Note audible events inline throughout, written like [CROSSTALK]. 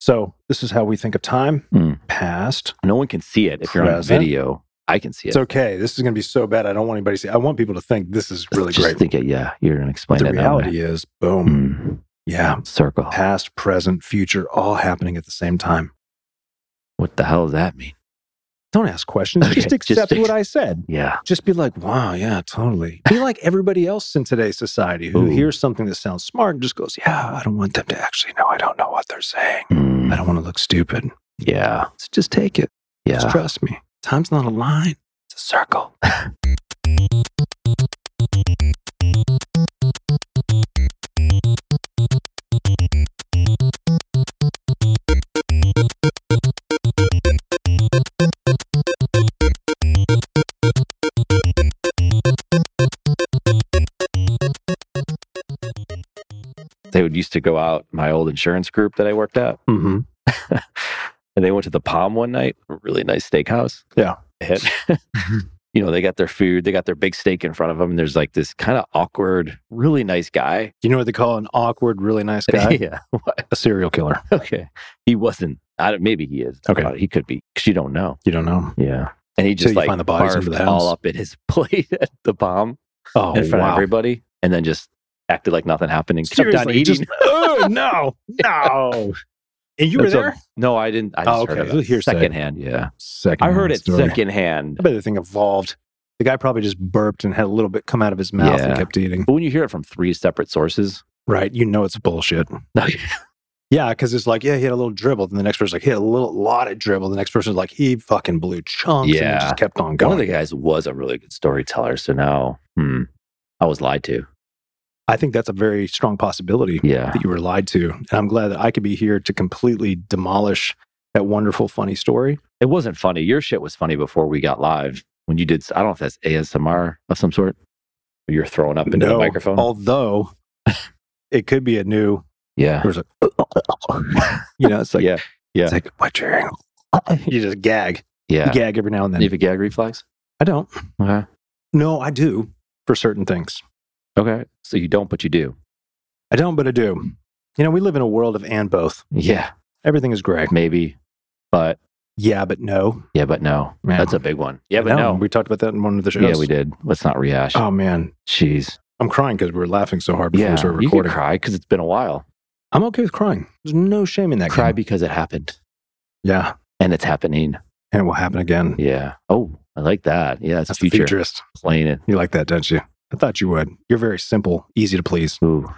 So this is how we think of time Hmm. past. No one can see it if you're on Present. video. I can see it. It's okay. This is going to be so bad. I don't want anybody to see. I want people to think this is really Just great. think it. Yeah, you're gonna explain But the it. now. reality is, boom. Mm. Yeah. Circle. Past, present, future, all happening at the same time. What the hell does that mean? Don't ask questions. [LAUGHS] Okay, Just just accept ex- what I said. Yeah. Just be like, wow, yeah, totally. Be like everybody else in today's society who Ooh. hears something that sounds smart and just goes, yeah, I don't want them to actually know. I don't know what they're saying. Mm. I don't want to look stupid. Yeah. So just take it. Just Yeah. trust me. Time's not a line, it's a circle. They would used to go out. My old insurance group that I worked at. Mm-hmm. and they went to the Palm one night, a really nice steakhouse. Yeah. [LAUGHS] And, you know, they got their food, they got their big steak in front of them, and there's like this kind of awkward, really nice guy. You know what they call an awkward, really nice [LAUGHS] guy? yeah. a serial killer. Okay. He wasn't. I don't, maybe he is. Okay. Uh, He could be because you don't know. You don't know. Yeah. And he So just you like find the bodies barfed under the house? all up in his [LAUGHS] plate at the Palm Oh, in front of everybody, and then just acted like nothing happened and kept on Seriously, eating. just, [LAUGHS] [LAUGHS] oh, no, no. And you were That's a- there? no, I didn't. I just Oh, heard okay. it Hearsay. secondhand. Yeah, Second I heard it secondhand. I bet the thing evolved. The guy probably just burped and had a little bit come out of his mouth and Yeah. kept eating. But when you hear it from three separate sources, Right. You know it's [LAUGHS] bullshit. Oh, Yeah, because it's like, yeah, he had a little dribble. Then the next person's like, he had a little lot of dribble. The next person's like, he fucking blew chunks. And Yeah. it just kept on One of going. the guys was a really good storyteller, so now hmm, I was lied to. I think that's a very strong possibility Yeah, that you were lied to. And I'm glad that I could be here to completely demolish that wonderful, funny story. it wasn't funny. Your shit was funny before we got live when you did. I don't know if that's ASMR of some sort. You're throwing up into the No, [LAUGHS] microphone. Although it could be a new, yeah, there's a, you know, it's like, Yeah, yeah. it's like, what you're hearing? You just gag, yeah. You gag every now and You then. have a gag reflex. I don't. Okay. No, I do for certain things. Okay. So you don't, but you do. I don't, but I do. You know, we live in a world of and both. Yeah. Everything is gray. Maybe. But Yeah, but no. yeah, but no. Yeah. That's a big one. Yeah, but No, no. We talked about that in one of the shows. Yeah, we did. Let's not rehash. Oh man, Jeez. I'm crying because we were laughing so hard before Yeah. we started You could recording. cry because it's been a while. I'm okay with crying. There's no shame in that. Cry game. because it happened yeah, and it's happening. and it will happen again. Yeah. Oh, I like that. Yeah, it's That's the future futurist. playing it. You like that, don't you? I thought you would. You're very simple, easy to please. Ooh,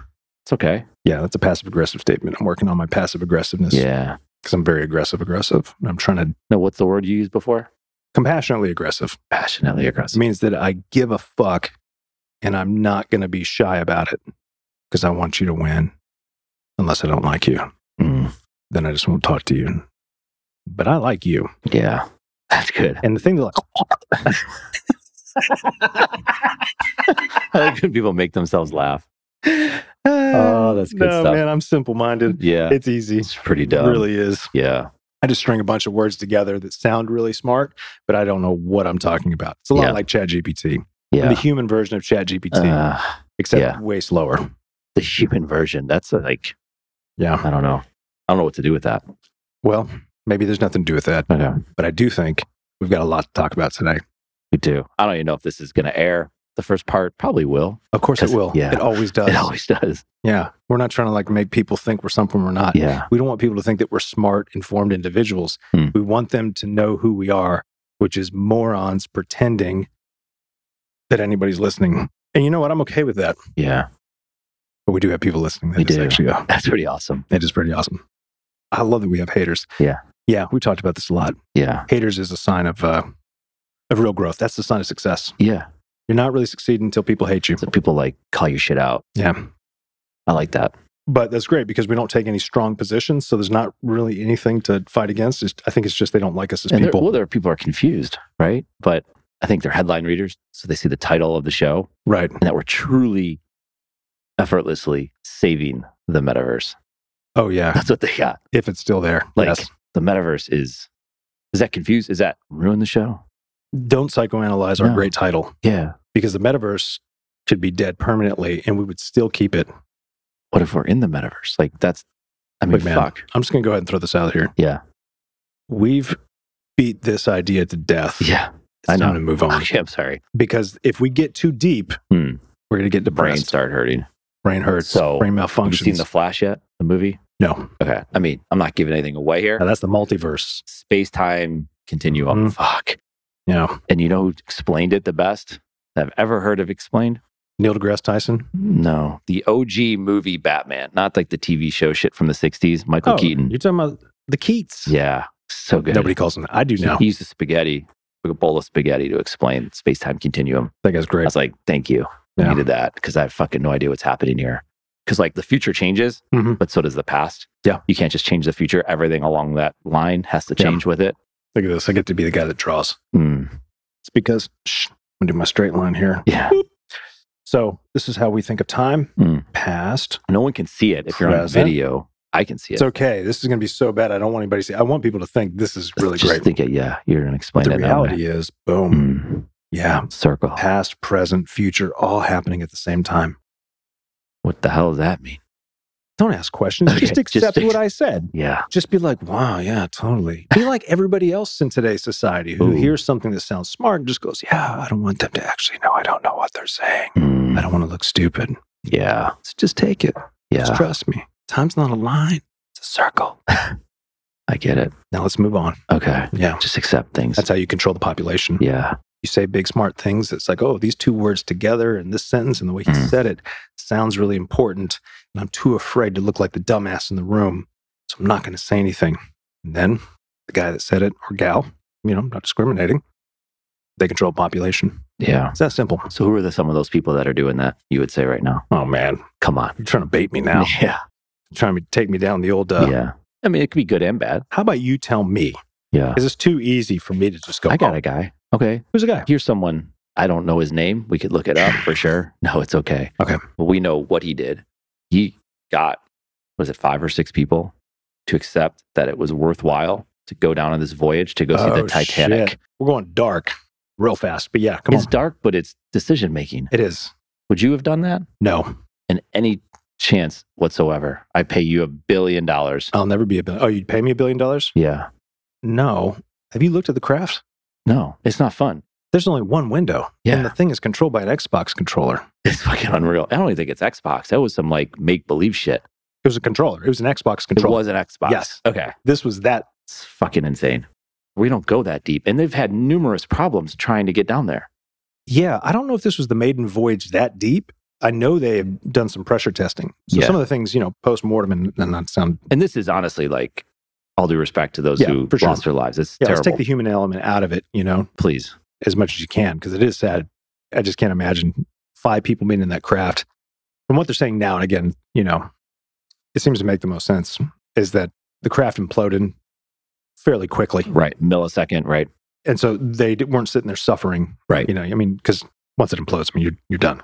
it's okay. Yeah, that's a passive aggressive statement. I'm working on my passive aggressiveness because Yeah. I'm very aggressive aggressive. and I'm trying to No, what's the word you used before? compassionately aggressive. Passionately It aggressive. means that I give a fuck and I'm not going to be shy about it because I want you to win. Unless I don't like you, Mm, then I just won't talk to you. But I like you. yeah, that's good. [LAUGHS] And the thing that, like, I like when people make themselves laugh. [LAUGHS] oh, that's good stuff. man, I'm simple minded. Yeah, It's easy. it's pretty It dumb. really is. Yeah, I just string a bunch of words together that sound really smart, but I don't know what I'm talking about. It's a lot Yeah. like ChatGPT, the yeah. human version of ChatGPT, Uh, except yeah. way slower. the human version. That's uh, like Yeah. I don't know. I don't know what to do with that. Well, maybe there's nothing to do with that, Okay, but I do think we've got a lot to talk about today. we do. I don't even know if this is going to air. The first part probably will. Of course, it Yes. will. Yeah. It always does. It always does. yeah. We're not trying to like make people think we're something we're not. Yeah, We don't want people to think that we're smart, informed individuals. Hmm. We want them to know who we are, which is morons pretending that anybody's listening. And you know what? I'm okay with that. yeah. But we do have people listening. That We is do. actually a That's pretty awesome. It is pretty awesome. I love that we have haters. Yeah. Yeah. We talked about this a lot. Yeah, Haters is a sign of uh, of real growth. That's the sign of success. yeah. You're not really succeeding until people hate you. So people like call your shit out. Yeah. I like that. But that's great because we don't take any strong positions. So there's not really anything to fight against. It's, I think it's just they don't like us as And there, people. well, there are people are confused, right? But I think they're headline readers, so they see the title of the show right. and that we're truly effortlessly saving the metaverse. [LAUGHS] Oh, yeah. That's what they got. If it's still there. Like yes. the metaverse is. Is that confused? Is that ruin the show? Don't psychoanalyze our No. great title Yeah. because the metaverse could be dead permanently and we would still keep it. What if we're in the metaverse? Like that's I mean, Look, man. fuck. [LAUGHS] I'm just going to go ahead and throw this out here. Yeah. We've beat this idea to death. Yeah. it's I know. time to move [SIGHS] on Okay, I'm sorry. because if we get too deep, Hmm. we're going to get The brain depressed. started hurting. Brain, hurts. So, brain Have you malfunctions. seen The Flash yet? The movie? no, Okay. I mean, I'm not giving anything away Now, here. that's the multiverse. Space time Mhm. continuum. Oh, Fuck. Yeah. And you know who explained it the best that I've ever heard of explained? Neil deGrasse Tyson. No. The OG movie Batman, not like the TV show shit from the 60s, Michael Oh, Keaton. You're talking about the Keats. Yeah. So good. Nobody calls him that. I do now. He used a spaghetti, a bowl of spaghetti to explain space time continuum. That guy's I great. was like, thank you. I Yeah. needed that because I have fucking no idea what's happening here. Because like the future changes, Mhm. but so does the past. Yeah. You can't just change the future. Everything along that line has to Yeah. change with it. Look at this. I get to be the guy that draws. Mm. It's because shh, I'm gonna do my straight line here. Yeah. So this is how we think of time. Hmm. Past. No one can see it if you're on Present. video. I can see it. It's okay. This is gonna be so bad. I don't want anybody to see. I want people to think this is really just great. think it. Yeah. You're going to But explain the it. that way. reality is, boom. Mm. Yeah. Circle. Past, present, future, all happening at the same time. What the hell does that mean? Don't ask questions. Okay, Just just accept ex- what I said. Yeah. just be like, wow, yeah, totally. Be like everybody else in today's society who Ooh. hears something that sounds smart and just goes, yeah, I don't want them to actually know. I don't know what they're saying. Mm. I don't want to look stupid. Yeah. So just take it. Just Yeah. trust me. Time's not a line, it's a circle. [LAUGHS] I get it. Now let's move on. Okay. Yeah. Just accept things. That's how you control the population. yeah. You say big, smart things. It's like, oh, these two words together and this sentence and the way he Mm. said it sounds really important. And I'm too afraid to look like the dumbass in the room. So I'm not going to say anything. And then the guy that said it or gal, you know, I'm not discriminating, they control population. Yeah. It's that simple. So who are the, some of those people that are doing that? You would say right now. Oh, man. Come on. You're trying to bait me now. [LAUGHS] Yeah. You're trying to take me down the old. Uh, yeah. I mean, it could be good and bad. How about you tell me? Yeah. Is this too easy for me to just go? I got oh, a guy. Okay. Who's the guy? Here's someone. I don't know his name. We could look it up [LAUGHS] for sure. No, it's okay. Okay. But we know what he did. He got, was it five or six people to accept that it was worthwhile to go down on this voyage to go see Oh, the Titanic? shit. We're going dark real fast, but yeah, come It's on. dark, but it's decision making. It is. Would you have done that? No, In any chance whatsoever, I pay you a billion dollars. I'll never be a billion. Oh, you'd pay me a billion dollars? Yeah. No. Have you looked at the craft? No, it's not fun. There's only one window. Yeah. And the thing is controlled by an Xbox controller. [LAUGHS] It's fucking unreal. I don't even think it's Xbox. That was some like make believe shit. It was a controller. It was an Xbox controller. It was an Xbox. Yes. Okay. This was that. It's fucking insane. We don't go that deep. And they've had numerous problems trying to get down there. Yeah. I don't know if this was the maiden voyage that deep. I know they have done some pressure testing. So Yeah. some of the things, you know, post mortem and, and not sound. And this is honestly like all due respect to those Yeah, who for sure. lost their lives. It's Yeah, let's terrible. take the human element out of it, you know, Please. as much as you can, because it is sad. I just can't imagine five people being in that craft. From what they're saying now, and again, you know, it seems to make the most sense is that the craft imploded fairly quickly. Right. Millisecond, right? and so they di- weren't sitting there suffering, Right. You know, I mean, because once it implodes, I mean, you're you're done.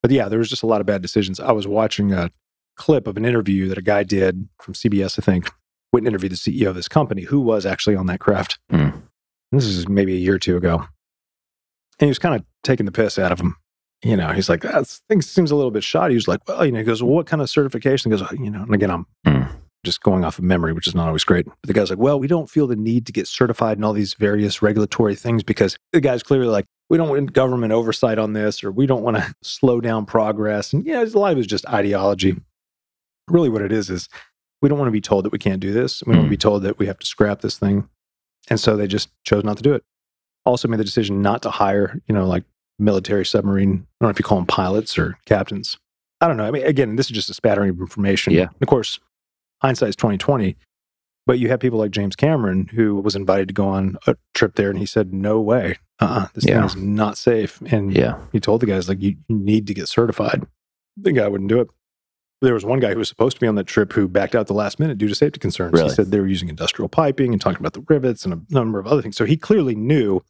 But yeah, there was just a lot of bad decisions. I was watching a clip of an interview that a guy did from CBS, I think, went and interviewed the CEO of this company who was actually on that craft. Hmm. This is maybe a year or two ago, and he was kind of taking the piss out of him. You know, he's like, that thing seems a little bit shoddy. He was like, well, you know, he goes, well, what kind of certification? He goes, "Oh, you know, and again, I'm Hmm. just going off of memory, which is not always great. But the guy's like, well, we don't feel the need to get certified in all these various regulatory things because the guy's clearly like, we don't want government oversight on this or we don't want to [LAUGHS] slow down progress. And yeah, it's- a lot of it is just ideology. Really, what it is is we don't want to be told that we can't do this. We don't want Mm. to be told that we have to scrap this thing. And so they just chose not to do it. Also made the decision not to hire, you know, like military submarine. I don't know if you call them pilots or captains. I don't know. I mean, again, this is just a spattering of information. Yeah. Of course, hindsight's twenty twenty. But you have people like James Cameron who was invited to go on a trip there, and he said, "No way, uh-uh, this Yeah. thing is not safe." And Yeah. he told the guys like, "You you need to get certified." The guy wouldn't do it. There was one guy who was supposed to be on that trip who backed out the last minute due to safety concerns. Really? He said they were using industrial piping and talked about the rivets and a number of other things. So he clearly knew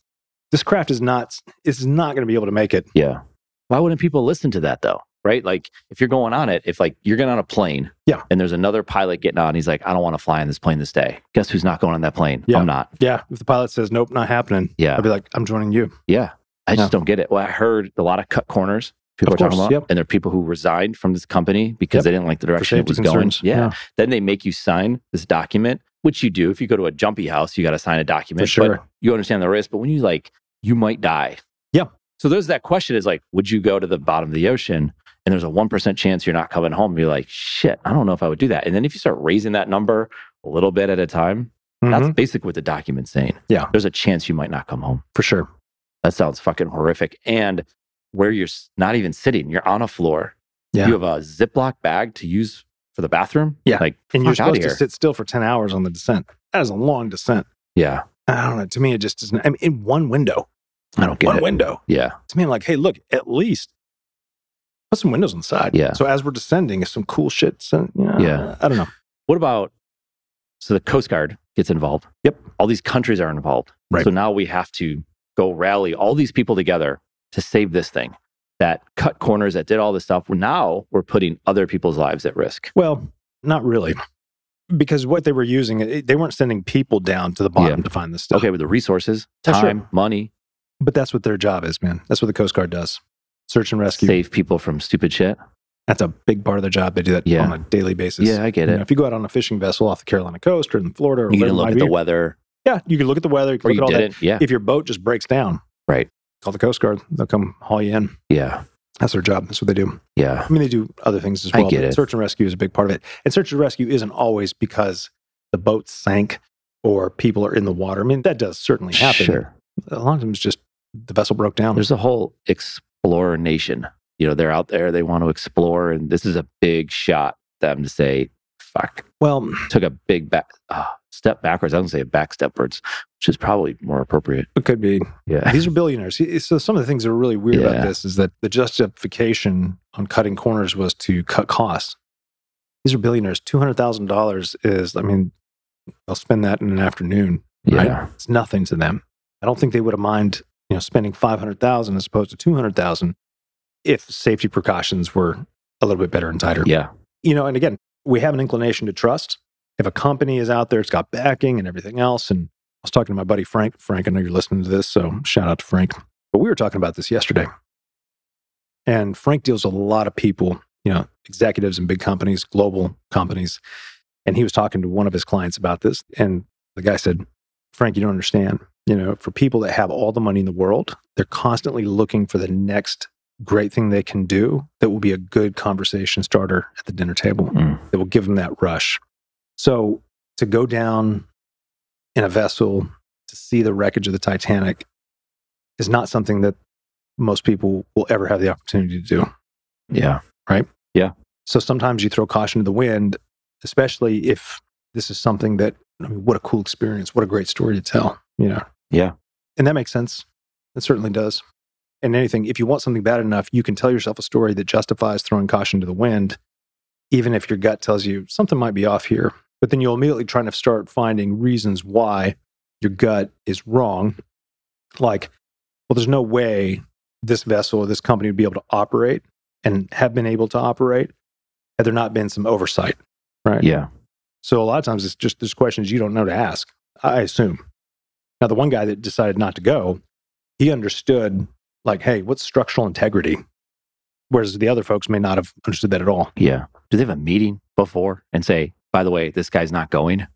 this craft is not is not going to be able to make it. Yeah. Why wouldn't people listen to that though? Right? Like if you're going on it, if like you're getting on a plane Yeah. and there's another pilot getting on, he's like, I don't want to fly in this plane this day. Guess who's not going on that plane? Yeah. I'm not. Yeah, if the pilot says nope, not happening, Yeah. I'd be like, I'm joining you. Yeah. I just No. don't get it. Well, I heard a lot of cut corners. people Of are talking course, about. yep. And there are people who resigned from this company because Yep. they didn't like the for direction it safety was concerns. going. yeah. Then they make you sign this document, which you do. If you go to a jumpy house, you got to sign a document. For sure. But you understand the risk. But when you like, you might die. Yeah. So there's that question is like, would you go to the bottom of the ocean? And there's a 1% chance you're not coming home. You're like, shit, I don't know if I would do that. And then if you start raising that number a little bit at a time, Mhm, that's basically what the document's saying. Yeah. There's a chance you might not come home. for sure. That sounds fucking horrific. And where you're s- not even sitting, you're on a floor. Yeah. You have a Ziploc bag to use for the bathroom. Yeah. Like, And you're fuck outta supposed to here. sit still for 10 hours on the descent. That is a long descent. Yeah. I don't know. To me, it just doesn't. I mean, in one window, I don't get one it. window. Yeah. To me, I'm like, hey, look, at least put some windows on the side. Yeah. So as we're descending, it's some cool shit. So, you know, Yeah. I don't know. What about so the Coast Guard gets involved? Yep. All these countries are involved. Right. So now we have to go rally all these people together to save this thing that cut corners, that did all this stuff. Now we're putting other people's lives at risk. Well, not really. Because what they were using, it- they weren't sending people down to the bottom Yeah. to find this stuff. Okay, with the resources, Oh, sure. time, money, But that's what their job is, man. That's what the Coast Guard does search and rescue. save people from stupid shit. That's a big part of their job. They do that Yeah. on a daily basis. yeah, I get You it. know, if you go out on a fishing vessel off the Carolina coast or in Florida, or you wherever can it look might at the be, weather, yeah, you can look at the weather, you can or look you at all that. didn't. Yeah, If your boat just breaks down, Right. Call the Coast Guard. They'll come haul you in. yeah, That's their job. That's what they do. yeah. I mean, they do other things as I well. get but it. Search and rescue is a big part of it. And search and rescue isn't always because the boat sank or people are in the water. I mean, that does certainly happen. Sure. A lot of times, just the vessel broke down. Um, There's a whole explorer nation. You know, they're out there. They want to explore, and this is a big shot them to say, "Fuck, well, took a big back uh, step backwards." I don't say a back stepwards, which is probably more appropriate. it could [LAUGHS] be. Yeah, These are billionaires. He- So some of the things that are really weird Yeah. about this is that the justification on cutting corners was to cut costs. These are billionaires. Two hundred thousand dollars is, I mean, they'll spend that in an afternoon. yeah, It's nothing to them. I don't think they would have mind, you know, spending five hundred thousand as opposed to two hundred thousand if safety precautions were a little bit better and tighter. yeah. You know, and again, we have an inclination to trust. If a company is out there, it's got backing and everything else. And I was talking to my buddy Frank. Frank, I know you're listening to this, so shout out to Frank. But we were talking about this yesterday. And Frank deals with a lot of people, you know, executives in big companies, global companies. And he was talking to one of his clients about this. And the guy said, Frank, you don't understand. You know, for people that have all the money in the world, they're constantly looking for the next great thing they can do that will be a good conversation starter at the dinner table Mm. that will give them that rush. So to go down in a vessel to see the wreckage of the Titanic is not something that most people will ever have the opportunity to do. yeah. So sometimes you throw caution to the wind, especially if this is something that, I mean, what a cool experience, what a great story to tell, you know? Yeah. And that makes sense. It certainly does. And anything, if you want something bad enough, you can tell yourself a story that justifies throwing caution to the wind, even if your gut tells you something might be off here. But then you'll immediately try to start finding reasons why your gut is wrong. Like, well, there's no way this vessel or this company would be able to operate and have been able to operate had there not been some oversight. Right. Yeah. So a lot of times it's just there's questions you don't know to ask, I assume. Now, the one guy that decided not to go, he understood, like, hey, what's structural integrity? Whereas the other folks may not have understood that at all. Yeah. Do they have a meeting before and say, by the way, this guy's not going?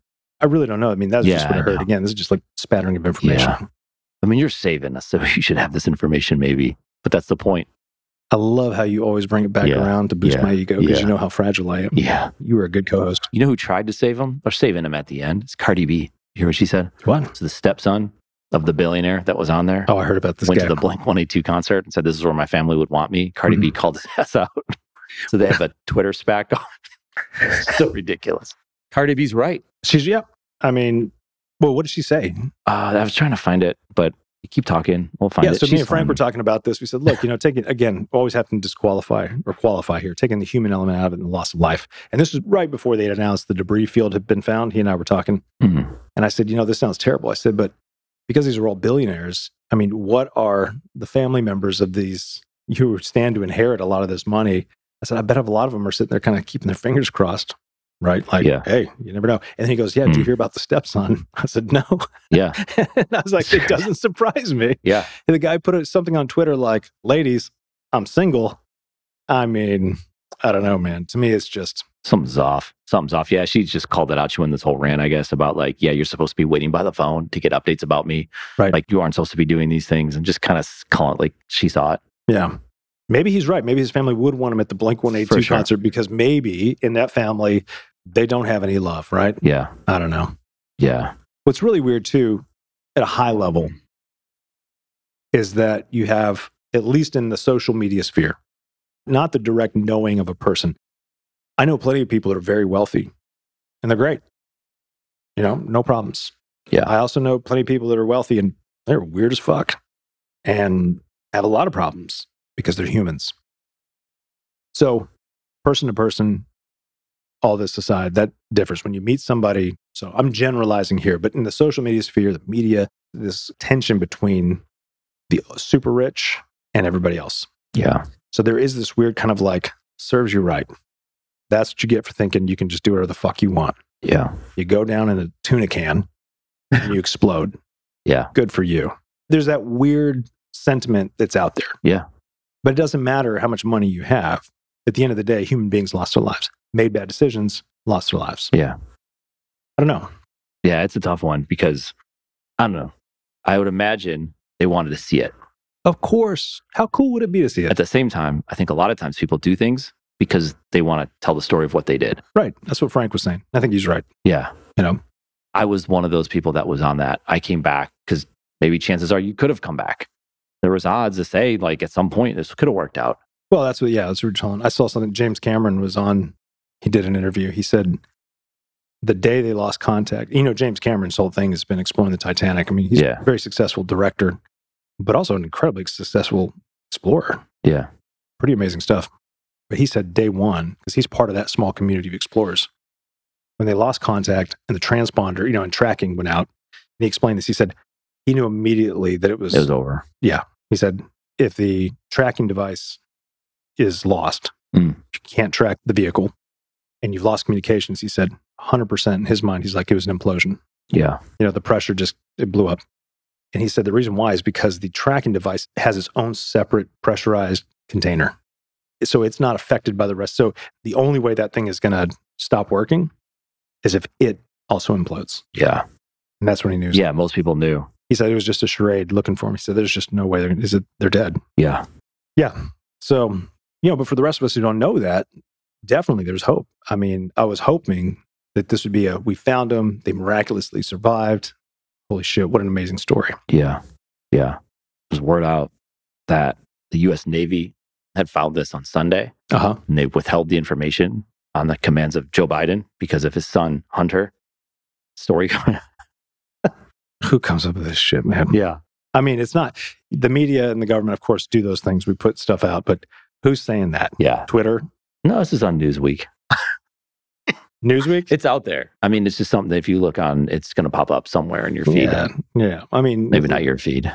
I really don't know. I mean, that's just Yeah, what I I heard. know. Again, this is just like spattering of information. I mean, you're saving us, so [LAUGHS] you should have this information maybe. But that's the point. I love how you always bring it back Yeah. around to boost Yeah. my ego because Yeah. you know how fragile I am. Yeah. You were a good co host. You know who tried to save him? They're saving him at the end. It's Cardi B. You hear what she said? What? So the stepson of the billionaire that was on there Oh, I heard about this went guy. to the Blink 182 concert and said, This is where my family would want me. Cardi Mm-hmm. B called his [LAUGHS] ass out. so they have a Twitter spack [LAUGHS] on. It's so ridiculous. Cardi B's right. She's, yeah. I mean, well, what did she say? Uh, I was trying to find it, but you keep talking. We'll find yeah, it. so me She's and Frank fine. were talking about this. We said, look, you know, taking again, always have to disqualify or qualify here, taking the human element out of it and the loss of life. And this was right before they had announced the debris field had been found. He and I were talking, Mhm. and I said, you know, this sounds terrible. I said, but because these are all billionaires, I mean, what are the family members of these who stand to inherit a lot of this money? I said, I bet a lot of them are sitting there kind of keeping their fingers crossed. Right. Like, Yeah. hey, you never know. And then he goes, Yeah, did you Mm. hear about the stepson? [LAUGHS] I said, No. Yeah. and [LAUGHS] I was like, It doesn't surprise me. Yeah. And the guy put something on Twitter like, ladies, I'm single. I mean, I don't know, man. To me, it's just Something's off. Something's off. Yeah, she just called it out. She went this whole rant, I guess, about like, yeah, you're supposed to be waiting by the phone to get updates about me. Right. Like you aren't supposed to be doing these things, and just kind of calling it like she saw it. Yeah. Maybe he's right. Maybe his family would want him at the Blink 182 For sure. concert because maybe in that family, they don't have any love, right? Yeah. I don't know. Yeah. What's really weird, too, at a high level, is that you have, at least in the social media sphere, not the direct knowing of a person. I know plenty of people that are very wealthy and they're great. You know, no problems. Yeah. I also know plenty of people that are wealthy and they're weird as fuck and have a lot of problems because they're humans. So, person to person, all this aside, that differs when you meet somebody. So, I'm generalizing here, but in the social media sphere, the media, this tension between the super rich and everybody else. Yeah. So, there is this weird kind of like, serves you right. That's what you get for thinking you can just do whatever the fuck you want. Yeah. You go down in a tuna can and [LAUGHS] you explode. Yeah. Good for you. There's that weird sentiment that's out there. Yeah. But it doesn't matter how much money you have. At the end of the day, human beings lost their lives, made bad decisions, lost their lives. Yeah. I don't know. Yeah. It's a tough one because I don't know. I would imagine they wanted to see it. Of course. How cool would it be to see At it? the same time, I think a lot of times people do things because they want to tell the story of what they did. Right. That's what Frank was saying. I think he's right. Yeah. You know? I was one of those people that was on that. I came back because maybe chances are you could have come back. There was odds to say like at some point this could have worked out. Well, that's what, yeah, that's what we're telling. I saw something James Cameron was on. He did an interview. He said, the day they lost contact, you know, James Cameron's whole thing has been exploring the Titanic. I mean, he's Yeah. a very successful director, but also an incredibly successful explorer. Yeah. Pretty amazing stuff. But he said day one, because he's part of that small community of explorers. When they lost contact and the transponder, you know, and tracking went out, and he explained this. He said he knew immediately that it was It was over. he said, if the tracking device is lost, Mm. you can't track the vehicle, and you've lost communications, he said, 100% in his mind, he's like, it was an implosion. Yeah. You know, the pressure just, it blew up. And he said the reason why is because the tracking device has its own separate pressurized container. So it's not affected by the rest. So the only way that thing is going to stop working is if it also implodes. Yeah. And that's when he knew. Yeah. Most people knew. He said it was just a charade looking for him. He said, there's just no way they're, is it, they're dead. Yeah. So, you know, but for the rest of us who don't know that, definitely there's hope. I mean, I was hoping that this would be a we found them, they miraculously survived. Holy shit, what an amazing story. Yeah. Yeah. There's word out that the US Navy had found this on Sunday Uh huh. and they withheld the information on the commands of Joe Biden because of his son, Hunter. Story. [LAUGHS] Who comes up with this shit, man? yeah. I mean, it's not the media and the government, of course, do those things. We put stuff out, but who's saying that? Yeah. Twitter, No, this is on Newsweek. Newsweek? It's out there. I mean, it's just something that if you look on, it's going to pop up somewhere in your feed. yeah. Yeah. I mean, Maybe not your feed,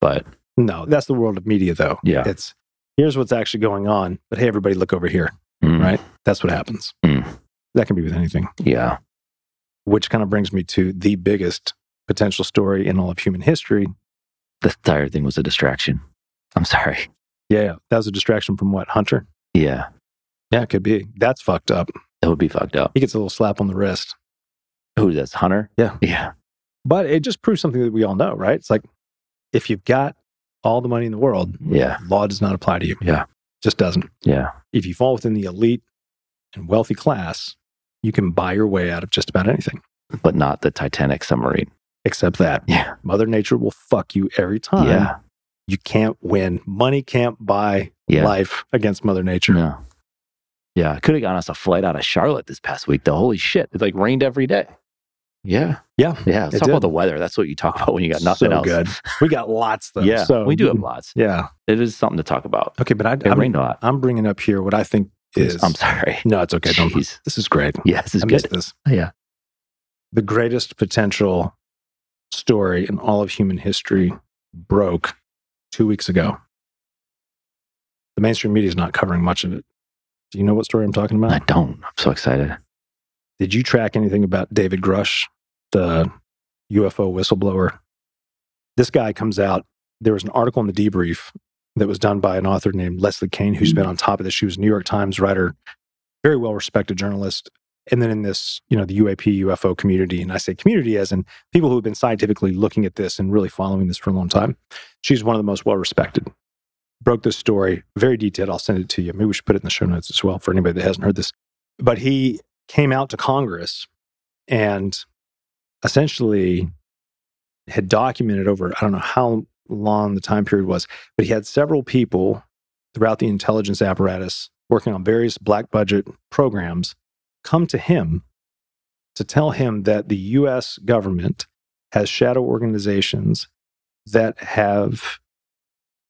but No, that's the world of media, though. yeah. It's here's what's actually going on, but hey, everybody, look over here. Mm, Right. That's what happens. Mm. That can be with anything. Yeah. which kind of brings me to the biggest potential story in all of human history. The entire thing was a distraction. I'm sorry. Yeah, that was a distraction from what Hunter. Yeah. Yeah, it could be. That's fucked up. That would be fucked up. He gets a little slap on the wrist, Who is this? Hunter? Yeah. Yeah. but it just proves something that we all know, right? It's like if you've got all the money in the world, Yeah. law does not apply to you. Yeah. just doesn't. Yeah. If you fall within the elite and wealthy class, you can buy your way out of just about anything. But not the Titanic submarine. Except that Yeah. Mother Nature will fuck you every time. Yeah. You can't win. Money can't buy Yeah. life against Mother Nature. No. Yeah. Could have gotten us a flight out of Charlotte this past week, though. Holy shit. It like rained every day. Yeah. Yeah, Yeah. Let's it talk did. about the weather. That's what you talk about when you got nothing so else. good. We got lots though. Yeah. so we do have lots. Yeah. It is something to talk about. Okay, but I, It I'm, rained a lot. I'm bringing up here what I think is. I'm sorry. [LAUGHS] No, it's okay. Don't, Jeez. this is great. Yeah, this is I good. Oh, missed this. Yeah. The greatest potential story in all of human history broke two weeks ago. The mainstream media is not covering much of it. Do you know what story I'm talking I about? don't. I'm so excited. Did you track anything about David Grush, the UFO whistleblower? This guy comes out. There was an article in the debrief that was done by an author named Leslie Kane, who's been on top of this. She was a New York Times writer, very well respected journalist. And then in this, you know, the UAP UFO community, and I say community as in people who have been scientifically looking at this and really following this for a long time. She's one of the most well respected. Broke this story, very detailed. I'll send it to you. Maybe we should put it in the show notes as well for anybody that hasn't heard this. But he came out to Congress and essentially had documented over, I don't know how long the time period was, but he had several people throughout the intelligence apparatus working on various black budget programs come to him to tell him that the US government has shadow organizations that have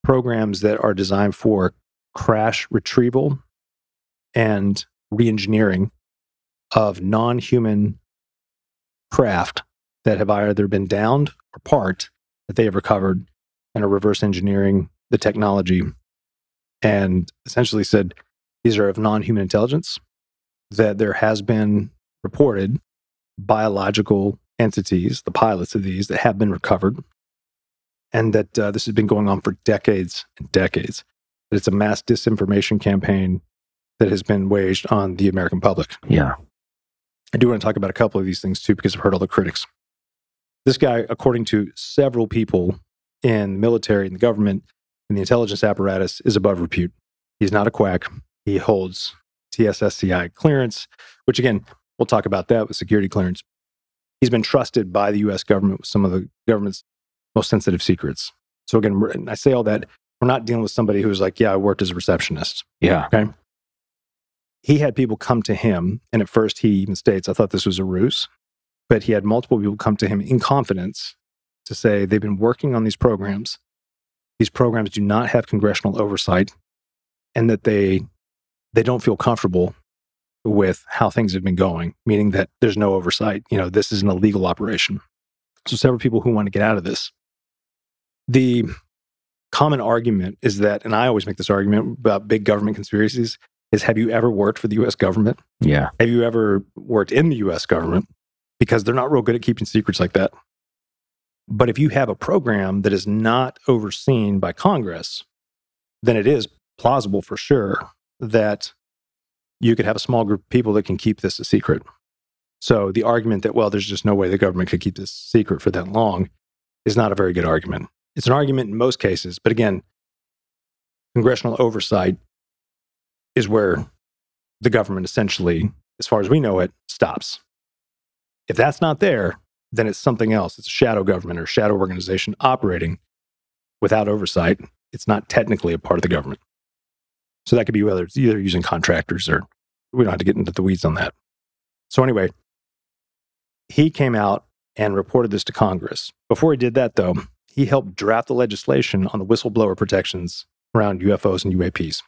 programs that are designed for crash retrieval and reengineering of non human craft that have either been downed or part that they have recovered and are reverse engineering the technology and essentially said these are of non human intelligence, that there has been reported biological entities, the pilots of these, that have been recovered, and that uh, this has been going on for decades and decades. That it's a mass disinformation campaign that has been waged on the American public. Yeah. I do want to talk about a couple of these things too, because I've heard all the critics. This guy, according to several people in the military and the government and the intelligence apparatus, is above repute. He's not a quack. He holds TSSCI clearance, which again, we'll talk about that with security clearance. He's been trusted by the US government with some of the government's most sensitive secrets. So again, we're- and I say all that, we're not dealing with somebody who's like, yeah, I worked as a receptionist Yeah. he had people come to him, and at first he even states, I thought this was a ruse, but he had multiple people come to him in confidence to say they've been working on these programs. These programs do not have congressional oversight, and that they they don't feel comfortable with how things have been going, meaning that there's no oversight. You know, this is an illegal operation. So several people who want to get out of this. The common argument is that, and I always make this argument about big government conspiracies, is have you ever worked for the US government? Yeah. Have you ever worked in the US government? Because they're not real good at keeping secrets like that. But if you have a program that is not overseen by Congress, then it is plausible for sure that you could have a small group of people that can keep this a secret. So the argument that, well, there's just no way the government could keep this secret for that long is not a very good argument. It's an argument in most cases, but again, congressional oversight is where the government essentially, as far as we know it, stops. If that's not there, then it's something else. It's a shadow government or shadow organization operating without oversight. It's not technically a part of the government. So that could be whether it's either using contractors or we don't have to get into the weeds on that. So, anyway, he came out and reported this to Congress. Before he did that, though, he helped draft the legislation on the whistleblower protections around UFOs and UAPs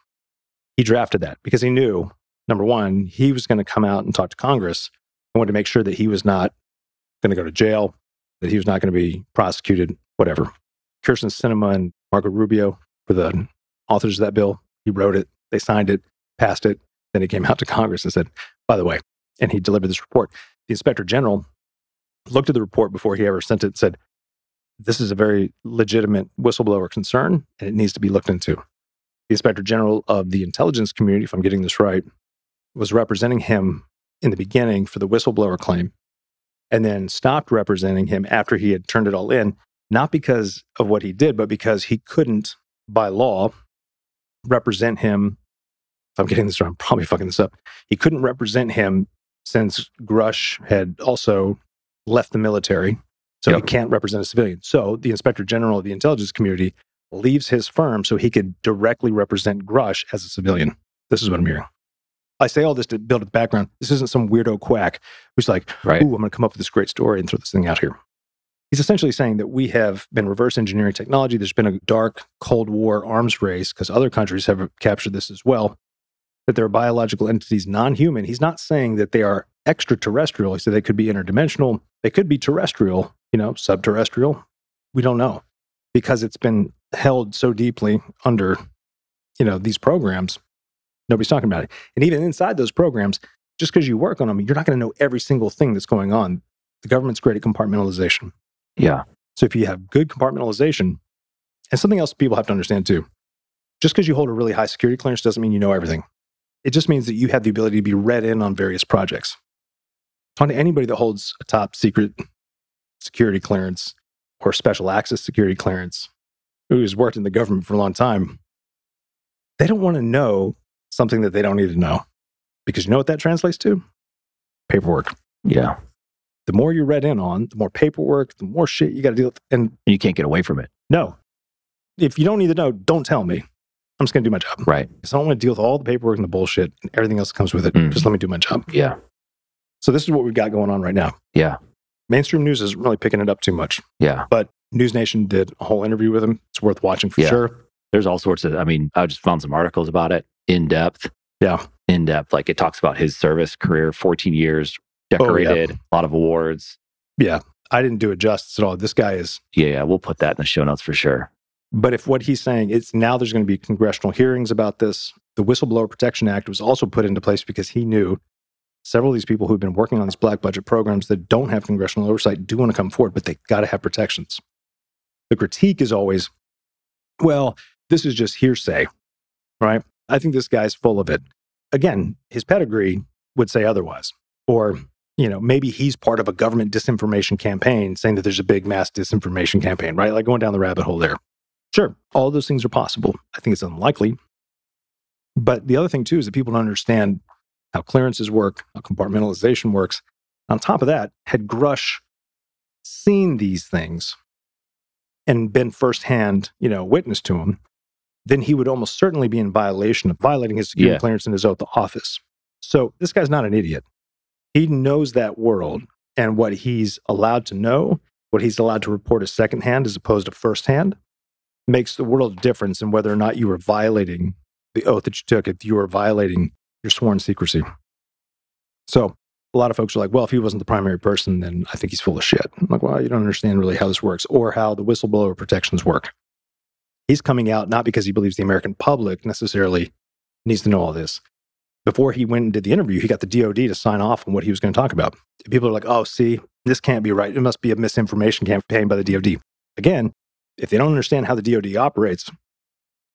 he drafted that because he knew number one he was going to come out and talk to congress and wanted to make sure that he was not going to go to jail that he was not going to be prosecuted whatever kirsten cinema and marco rubio were the authors of that bill he wrote it they signed it passed it then it came out to congress and said by the way and he delivered this report the inspector general looked at the report before he ever sent it and said this is a very legitimate whistleblower concern and it needs to be looked into the inspector general of the intelligence community, if I'm getting this right, was representing him in the beginning for the whistleblower claim and then stopped representing him after he had turned it all in, not because of what he did, but because he couldn't, by law, represent him. If I'm getting this wrong, I'm probably fucking this up. He couldn't represent him since Grush had also left the military. So he Yep. can't represent a civilian. So the inspector general of the intelligence community leaves his firm so he could directly represent Grush as a civilian. This is what I'm hearing. I say all this to build up the background. This isn't some weirdo quack who's like, Right. ooh, I'm going to come up with this great story and throw this thing out here. He's essentially saying that we have been reverse engineering technology. There's been a dark Cold War arms race because other countries have captured this as well. That there are biological entities, non human. He's not saying that they are extraterrestrial. He said they could be interdimensional. They could be terrestrial, you know, subterrestrial. We don't know because it's been held so deeply under, you know, these programs. Nobody's talking about it. And even inside those programs, just because you work on them, you're not going to know every single thing that's going on. The government's great at compartmentalization. Yeah. So if you have good compartmentalization, and something else people have to understand too, Just because you hold a really high security clearance doesn't mean you know everything. It just means that you have the ability to be read in on various projects. Talking to anybody that holds a top secret security clearance or special access security clearance, who's worked in the government for a long time, they don't want to know something that they don't need to know. Because you know what that translates to? Paperwork. Yeah. The more you're read in on, the more paperwork, the more shit you got to deal with. And And you can't get away from it. no, if you don't need to know, don't tell me. I'm just going to do my job. Right. Because I don't want to deal with all the paperwork and the bullshit and everything else that comes with it. Mm. Just let me do my job. Yeah. So this is what we've got going on right now. Yeah. Mainstream news isn't really picking it up too much, Yeah. but News Nation did a whole interview with him. It's worth watching for Yeah. sure. There's all sorts of, I mean, I just found some articles about it in depth. Yeah. In depth. Like it talks about his service career, 14 Oh, years, decorated, a lot of awards. I didn't do it justice at all. This guy is Yeah, yeah. We'll put that in the show notes for sure. But if what he's saying is now there's going to be congressional hearings about this, the Whistleblower Protection Act was also put into place because he knew several of these people who've been working on these black budget programs that don't have congressional oversight do want to come forward, but they got to have protections. The critique is always, well, this is just hearsay, right? I think this guy's full of it. Again, his pedigree would say otherwise. Or, you know, maybe he's part of a government disinformation campaign saying that there's a big mass disinformation campaign, right? Like going down the rabbit hole there. Sure, all those things are possible. I think it's unlikely. But the other thing, too, is that people don't understand how clearances work, how compartmentalization works. On top of that, had Grush seen these things and been firsthand, you know, witness to them, then he would almost certainly be in violation of violating his security Yeah. clearance and his oath of office. So this guy's not an idiot. He knows that world and what he's allowed to know, what he's allowed to report is secondhand as opposed to firsthand makes the world of difference in whether or not you were violating the oath that you took if you were violating your sworn secrecy. So a lot of folks are like, well, if he wasn't the primary person, then I think he's full of shit. I'm like, well, you don't understand really how this works or how the whistleblower protections work. He's coming out not because he believes the American public necessarily needs to know all this. Before he went and did the interview, he got the DOD to sign off on what he was going to talk about. People are like, oh, see, this can't be right. It must be a misinformation campaign by the DOD. Again, if they don't understand how the DoD operates,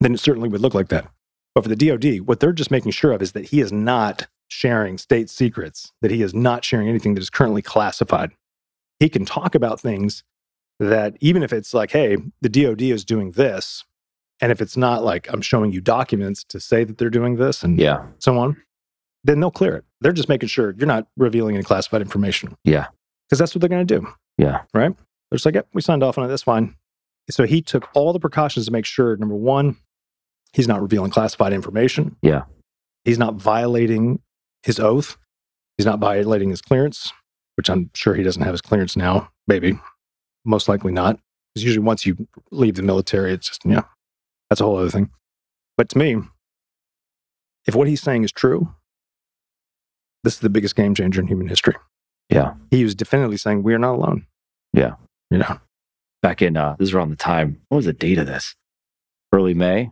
then it certainly would look like that. But for the DoD, what they're just making sure of is that he is not sharing state secrets, that he is not sharing anything that is currently classified. He can talk about things that, even if it's like, hey, the DoD is doing this, and if it's not like I'm showing you documents to say that they're doing this and Yeah. so on, then they'll clear it. They're just making sure you're not revealing any classified information. Yeah. Because that's what they're going to do. Yeah. Right? They're just like, yep, we signed off on it. That's fine. So he took all the precautions to make sure number one, he's not revealing classified information. Yeah. He's not violating his oath. He's not violating his clearance, which I'm sure he doesn't have his clearance now. Maybe. Most likely not. Because usually once you leave the military, it's just, yeah, that's a whole other thing. But to me, if what he's saying is true, this is the biggest game changer in human history. Yeah. He was definitely saying, we are not alone. Yeah. You know, Back in, uh, this is around the time, what was the date of this? Early May?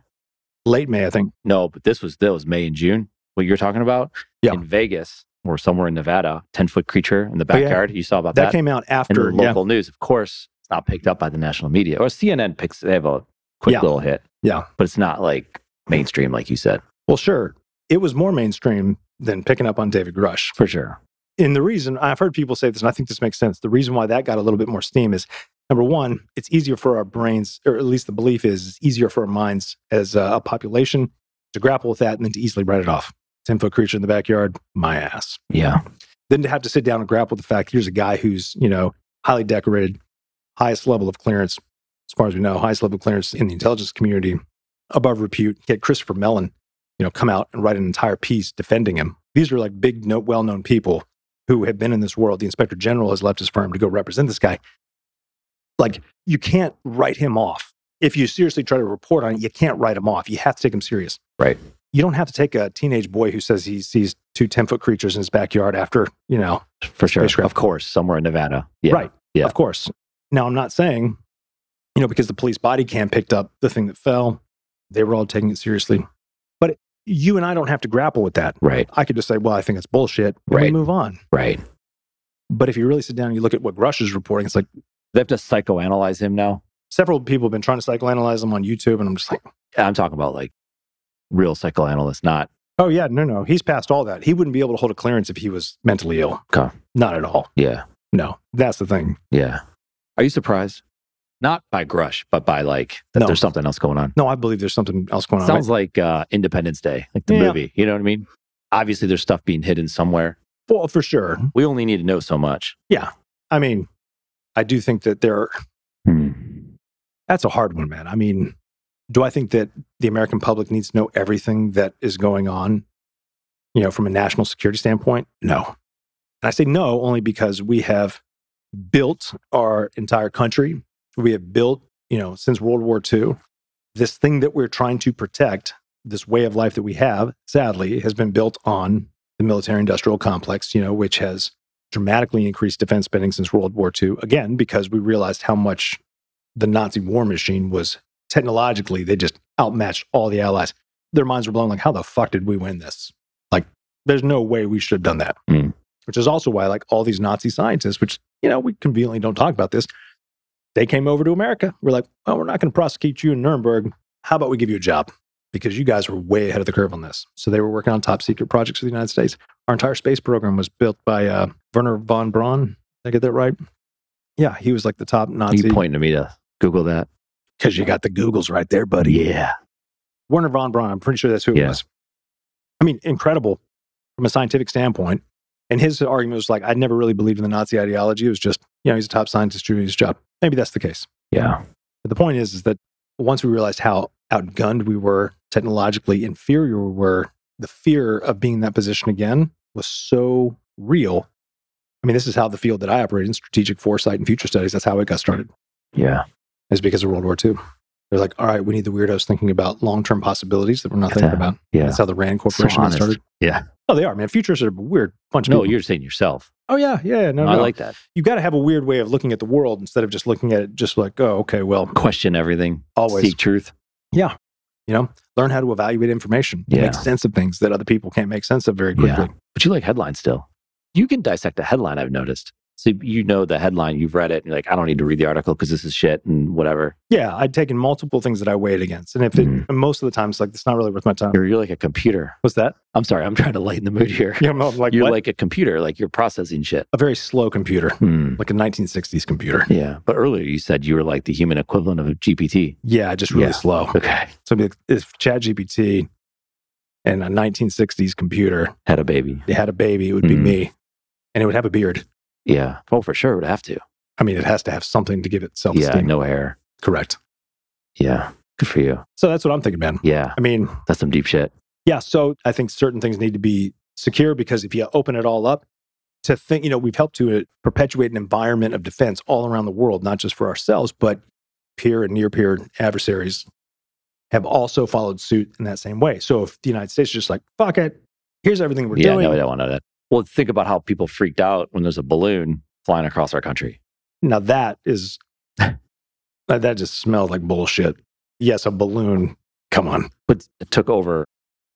late May, I think. No, but this was, that was May and June, what you're talking about. Yeah. In Vegas or somewhere in Nevada, 10 foot creature in the Oh, yeah. backyard. You saw about That, that? came out in after. the Yeah. local news. Of course, it's not picked up by the national media or CNN picks. They have a quick Yeah. little hit. Yeah. but it's not like mainstream, like you said, Well, sure. It was more mainstream than picking up on David Grush. for sure. And the reason I've heard people say this, and I think this makes sense. The reason why that got a little bit more steam is number one, it's easier for our brains, or at least the belief is, it's easier for our minds as uh, a population to grapple with that and then to easily write it off. 10 foot creature in the backyard, my ass. Yeah, Then to have to sit down and grapple with the fact here's a guy who's, you know, highly decorated, highest level of clearance, as far as we know, highest level of clearance in the intelligence community, above repute. He had Christopher Mellon, you know, come out and write an entire piece defending him. These are like big, no, well-known people who have been in this world. The inspector general has left his firm to go represent this guy. Like, you can't write him off. If you seriously try to report on it, you can't write him off. You have to take him serious. Right. You don't have to take a teenage boy who says he sees two 10-foot creatures in his backyard after, you know, for sure. Spacecraft. Of course, somewhere in Nevada. Yeah, Right. Yeah. Of course. Now, I'm not saying, you know, because the police body cam picked up the thing that fell, they were all taking it seriously. But you and I don't have to grapple with that. right, I could just say, well, I think it's bullshit. And We Right. move on. right. But if you really sit down and you look at what Grush is reporting, it's like They have to psychoanalyze him now. several people have been trying to psychoanalyze them on YouTube. And I'm just like, I'm talking about like real psychoanalyst, not Oh yeah, no, no, he's past all that. He wouldn't be able to hold a clearance if he was mentally ill. Okay. Not at all. yeah, No, that's the thing. yeah. Are you surprised? Not by Grush, but by like that No. there's something else going on. No, I believe there's something else going on. Sounds like uh, Independence Day, like the Yeah. movie. You know what I mean? Obviously, there's stuff being hidden somewhere. well, for sure. We only need to know so much. I mean, I do think that there. Hmm. That's a hard one, man. I mean, do I think that the American public needs to know everything that is going on? You know, from a national security standpoint, no. And I say no only because we have built our entire country. We have built, you know, since World War II, this thing that we're trying to protect, this way of life that we have, sadly, has been built on the military industrial complex, you know, which has dramatically increased defense spending since World War II. Again, because we realized how much the Nazi war machine was technologically, they just outmatched all the allies. Their minds were blown like, how the fuck did we win this? Like, there's no way we should have done that. Mm. Which is also why, like, all these Nazi scientists, which, you know, we conveniently don't talk about this, they came over to America. We're like, well, we're not going to prosecute you in Nuremberg. How about we give you a job? Because you guys were way ahead of the curve on this. So they were working on top secret projects for the United States. Our entire space program was built by uh, Werner von Braun. Did I get that right? Yeah, he was like the top Nazi You pointing to me to Google that? because you got the Googles right there, buddy. Yeah. Werner von Braun. I'm pretty sure that's who Yeah. it was. I mean, incredible from a scientific standpoint. And his argument was like, I never really believed in the Nazi ideology. It was just, you know, he's a top scientist doing his job. Maybe that's the case. Yeah. But the point is, is that once we realized how outgunned we were, technologically inferior we were, the fear of being in that position again was so real. I mean, this is how the field that I operate in strategic foresight and future studies. That's how it got started Yeah. is because of World War II. They're like, all right, we need the weirdos thinking about long term possibilities that we're not thinking Yeah. about. Yeah. That's how the Rand Corporation got honest. started. Yeah. Oh, they are, man. Futurists are a weird bunch of No, people. you're saying yourself. Oh, yeah. Yeah. No, I no. like that. you got to have a weird way of looking at the world instead of just looking at it just like, oh, okay, well, Question everything. always Seek truth. learn how to evaluate information, Yeah. make sense of things that other people can't make sense of very Yeah. quickly. But you like headlines still. You can dissect a headline, I've noticed. So you know the headline, you've read it, and you're like, I don't need to read the article because this is shit and whatever. Yeah. I'd taken multiple things that I weighed against. And if it, Mhm. and most of the time, it's like, it's not really worth my time. You're, you're like a computer. What's that? [LAUGHS] I'm sorry, I'm trying to lighten the mood here. You know, I'm [LAUGHS] like, you're what? like a computer, like you're processing shit. a very slow computer, Hmm. like a 1960s computer. Yeah. But earlier you said you were like the human equivalent of GPT. Yeah, just really Yeah. slow. Okay. So if- if ChatGPT and a 1960s computer Had a baby. they had a baby, it would be Mhm. me, and it would have a beard. Yeah. Oh, for sure. Would have to. I mean, it has to have something to give it self Yeah. esteem. No hair. Correct. Yeah. Good for you. So that's what I'm thinking, man. Yeah. I mean, That's some deep shit. yeah. So I think certain things need to be secure because if you open it all up, to think, you know, we've helped to uh, perpetuate an environment of defense all around the world, not just for ourselves, but peer and near peer adversaries have also followed suit in that same way. So if the United States is just like, fuck it, here's everything we're yeah, doing. no, I don't want to know that. Well, think about how people freaked out when there's a balloon flying across our country. Now that is [LAUGHS] that that just smelled like bullshit. Yes, a balloon. Come on, But it took over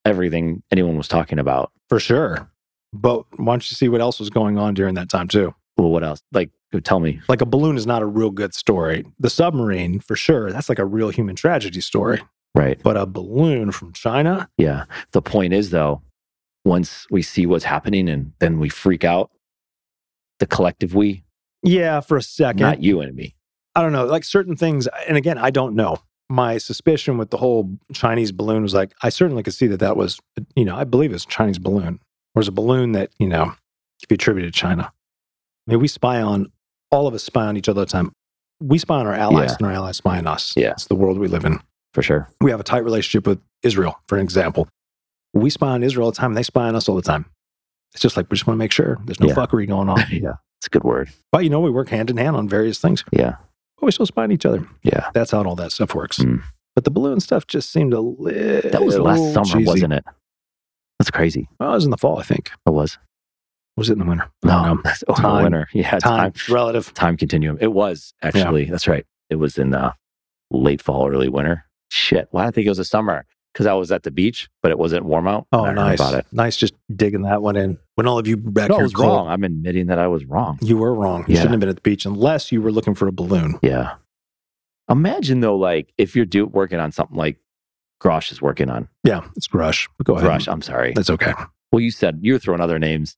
everything anyone was talking about. for sure. But why don't you see what else was going on during that time too? Well, what else? Like, go tell me. Like a balloon is not a real good story. The submarine, for sure, that's like a real human tragedy story. Right. But a balloon from China, Yeah. The point is, though, once we see what's happening and then we freak out, the collective we, yeah, for a second. not you and me. I don't know, like certain things. And again, I don't know. My suspicion with the whole Chinese balloon was like, I certainly could see that that was, you know, I believe it's a Chinese balloon or it's a balloon that, you know, could be attributed to China. I mean, we spy on, all of us spy on each other all the time. We spy on our allies Yeah. and our allies spy on us. Yeah. It's the world we live in. For [LAUGHS] sure. We have a tight relationship with Israel, for an example. We spy on Israel all the time and they spy on us all the time. It's just like, we just want to make sure there's no Yeah. fuckery going on. yeah. It's a good word. but, you know, we work hand in hand on various things. Yeah. But we still spy on each other. Yeah. That's how all that stuff works. Mm. But the balloon stuff just seemed a little. That was last summer, wasn't it? That's crazy. Well, it was in the fall, I think. It was. Was it in the winter? I don't No, [LAUGHS] know. that's over Time. winter. Yeah. time, relative. time continuum. It was actually. That's right. It was in uh, late fall, early winter. Shit. Why did I think it was a summer? Because I was at the beach, but it wasn't warm out. Oh, I don't know nice. About it. Nice, just digging that one in. When all of you back No, I here was cold, wrong. I'm admitting that I was wrong. You were wrong. You Yeah. shouldn't have been at the beach unless you were looking for a balloon. Yeah. Imagine though, like if you're do- working on something like Grosh is working on. Yeah, it's Grush. But go ahead. Grosh, I'm sorry. That's okay. Well, you said you're throwing other names.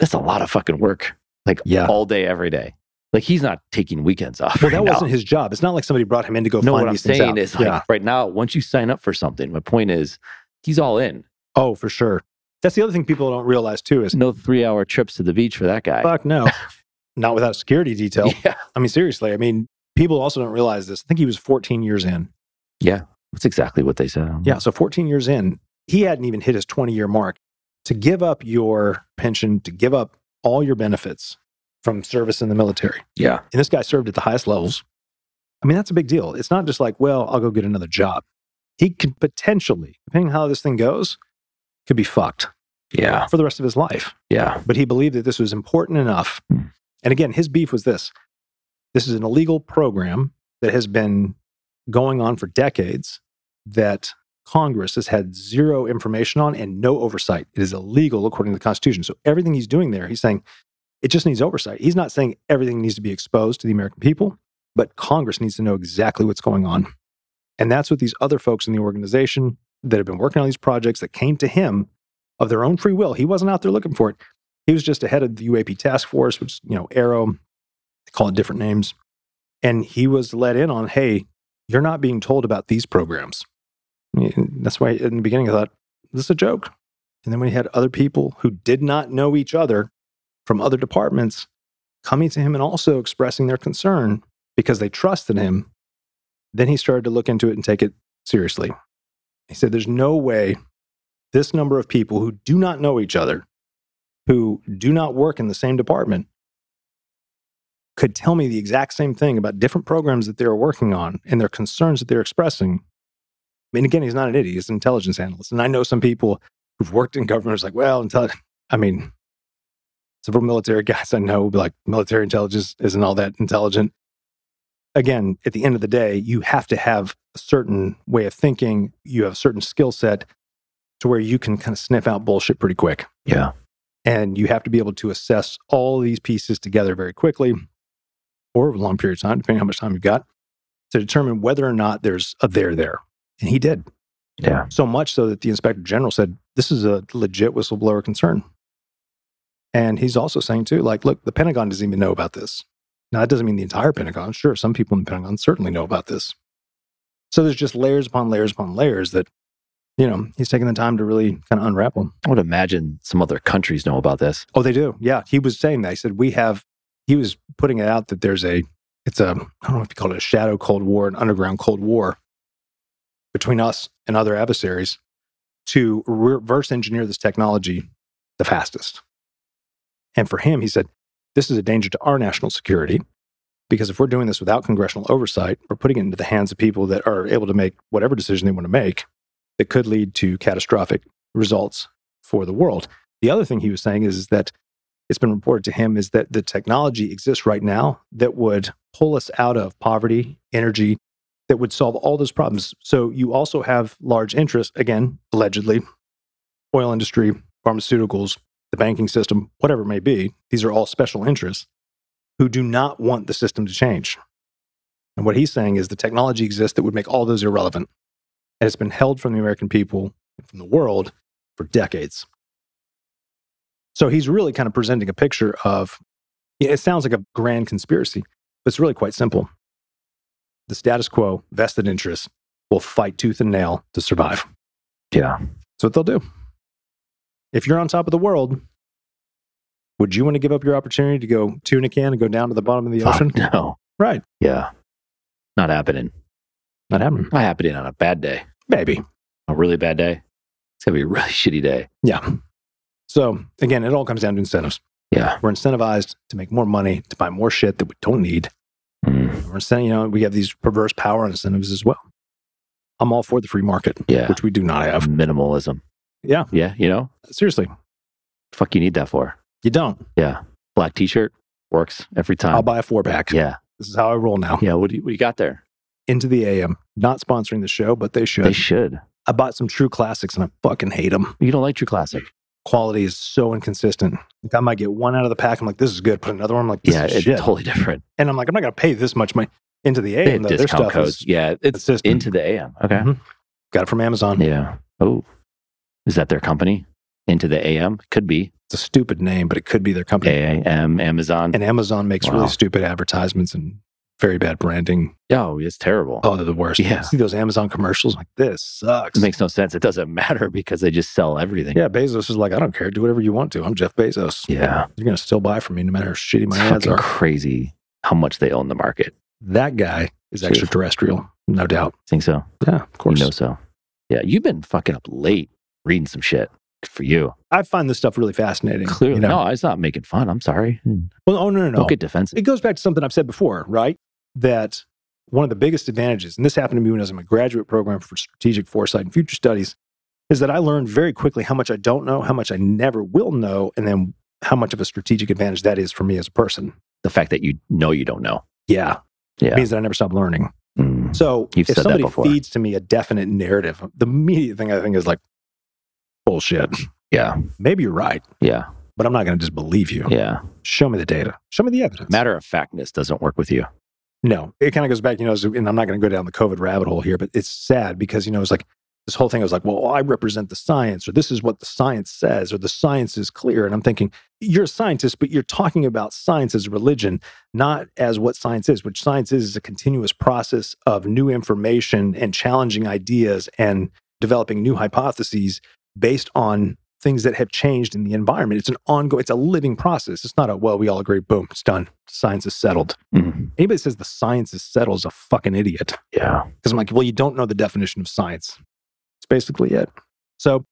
That's a lot of fucking work. Like Yeah. all day, every day. Like he's not taking weekends off. Well, [LAUGHS] right that now. wasn't his job. It's not like somebody brought him in to go find No, what I'm these things saying out. is like yeah. right now, once you sign up for something, my point is he's all in. Oh, for sure. That's the other thing people don't realize too is There's no three hour trips to the beach for that [LAUGHS] guy. fuck no, [LAUGHS] not without security detail. Yeah. I mean, seriously. I mean, people also don't realize this. I think he was 14 years in. That's exactly what they said. Yeah. So 14 years in, he hadn't even hit his 20 year mark. To give up your pension, to give up all your benefits from service in the military. Yeah. And this guy served at the highest levels. I mean, that's a big deal. It's not just like, well, I'll go get another job. He could potentially, depending on how this thing goes, could be fucked Yeah. for the rest of his life. Yeah. But he believed that this was important enough. Hmm. And again, his beef was this this is an illegal program that has been going on for decades that Congress has had zero information on and no oversight. It is illegal according to the Constitution. So everything he's doing there, he's saying it just needs oversight. He's not saying everything needs to be exposed to the American people, but Congress needs to know exactly what's going on. And that's what these other folks in the organization that have been working on these projects that came to him of their own free will. He wasn't out there looking for it. He was just ahead of the UAP task force, which, you know, Arrow, they call it different names. And he was let in on, hey, you're not being told about these programs. And that's why in the beginning I thought, this is a joke. And then we had other people who did not know each other from other departments coming to him and also expressing their concern because they trusted him. Then he started to look into it and take it seriously. He said, There's no way this number of people who do not know each other, who do not work in the same department, could tell me the exact same thing about different programs that they're working on and their concerns that they're expressing. I mean, again, he's not an idiot, he's an intelligence analyst. And I know some people who've worked in government is like, well, intel- I mean, several military guys I know will be like, military intelligence isn't all that intelligent. Again, at the end of the day, you have to have a certain way of thinking, you have a certain skill set to where you can kind of sniff out bullshit pretty quick. Yeah. And you have to be able to assess all these pieces together very quickly or over a long period of time, depending on how much time you've got, to determine whether or not there's a there there. And he did. Yeah. So much so that the inspector general said, this is a legit whistleblower concern. And he's also saying, too, like, look, the Pentagon doesn't even know about this. Now, that doesn't mean the entire Pentagon. Sure, some people in the Pentagon certainly know about this. So there's just layers upon layers upon layers that, you know, he's taking the time to really kind of unwrap them. I would imagine some other countries know about this. Oh, they do. Yeah. He was saying that. He said, we have, he was putting it out that there's a, it's a, I don't know if you call it a shadow Cold War, an underground Cold War between us and other adversaries to reverse engineer this technology the fastest. And for him, he said, this is a danger to our national security because if we're doing this without congressional oversight, we're putting it into the hands of people that are able to make whatever decision they want to make that could lead to catastrophic results for the world. The other thing he was saying is, is that it's been reported to him is that the technology exists right now that would pull us out of poverty, energy, that would solve all those problems. So you also have large interests, again, allegedly, oil industry, pharmaceuticals, the banking system, whatever it may be. These are all special interests who do not want the system to change. And what he's saying is the technology exists that would make all those irrelevant. And it's been held from the American people, and from the world, for decades. So he's really kind of presenting a picture of yeah, it sounds like a grand conspiracy, but it's really quite simple. The status quo, vested interests, will fight tooth and nail to survive. Yeah. That's what they'll do. If you're on top of the world, would you want to give up your opportunity to go tuna can and go down to the bottom of the ocean? Fuck, no. Right. Yeah. Not happening. Not happening. Not happening on a bad day. Maybe. A really bad day. It's gonna be a really [LAUGHS] shitty day. Yeah. So again, it all comes down to incentives. Yeah. We're incentivized to make more money, to buy more shit that we don't need, Mm. We're saying, you know, we have these perverse power incentives as well. I'm all for the free market, Yeah. which we do not have. Minimalism. Yeah. Yeah. You know, Seriously, fuck you need that for. you don't. Yeah. Black t shirt works every time. I'll buy a four pack. yeah. This is how I roll now. Yeah. What do you, what do you got there? Into the AM. Not sponsoring the show, but they should. They should. I bought some true classics and I fucking hate them. You don't like True Classic. Quality is so inconsistent. Like I might get one out of the pack. I'm like, this is good. Put another one. I'm like, this yeah. is It's shit. totally different. and I'm like, I'm not going to pay this much money into the They AM. have Though. Their discount stuff codes. is yeah. It's consistent. into the AM. Okay. Mhm. Got it from Amazon. Yeah. Oh, is that their company? Into the AM? Could be It's a stupid name, but it could be their company. AAM, Amazon. And Amazon makes Wow. really stupid advertisements and very bad branding. oh, it's terrible. Oh, they're the worst. Yeah. See those Amazon commercials? Like, this sucks. It makes no sense. It doesn't [LAUGHS] matter because they just sell everything. yeah, Bezos is like, I don't care. Do whatever you want to. I'm Jeff Bezos. Yeah. You're going to still buy from me no matter how shitty my It's ads fucking are. crazy how much they own the market. That guy is Sure. extraterrestrial, no doubt. Think so? Yeah, of course. You know so. Yeah. You've been fucking up late reading some shit. Good for you. I find this stuff really fascinating. Clearly. you know? No, it's not making fun. I'm sorry. Well, oh, no, no, no. Don't get defensive. It goes back to something I've said before, right? That one of the biggest advantages, and this happened to me when I was in my graduate program for strategic foresight and future studies, is that I learned very quickly how much I don't know, how much I never will know, and then how much of a strategic advantage that is for me as a person. the fact that you know you don't know. Yeah. Yeah. It means that I never stop learning. Mm. So You've if said that somebody before. feeds to me a definite narrative, the immediate thing I think is like, bullshit. Yeah. Maybe you're right, Yeah. but I'm not going to just believe you. Yeah. Show me the data. Show me the evidence. Matter of factness doesn't work with you. No, it kind of goes back, you know, and I'm not going to go down the COVID rabbit hole here, but it's sad because, you know, it's like this whole thing was like, well, I represent the science, or this is what the science says, or the science is clear. And I'm thinking, you're a scientist, but you're talking about science as a religion, not as what science is, which science is, is a continuous process of new information and challenging ideas and developing new hypotheses based on things that have changed in the environment. It's an ongoing, it's a living process. It's not a, well, we all agree, boom, it's done. Science is settled. Mm. Anybody that says the science is settled is a fucking idiot. Yeah. Because I'm like, well, you don't know the definition of science. It's basically it. So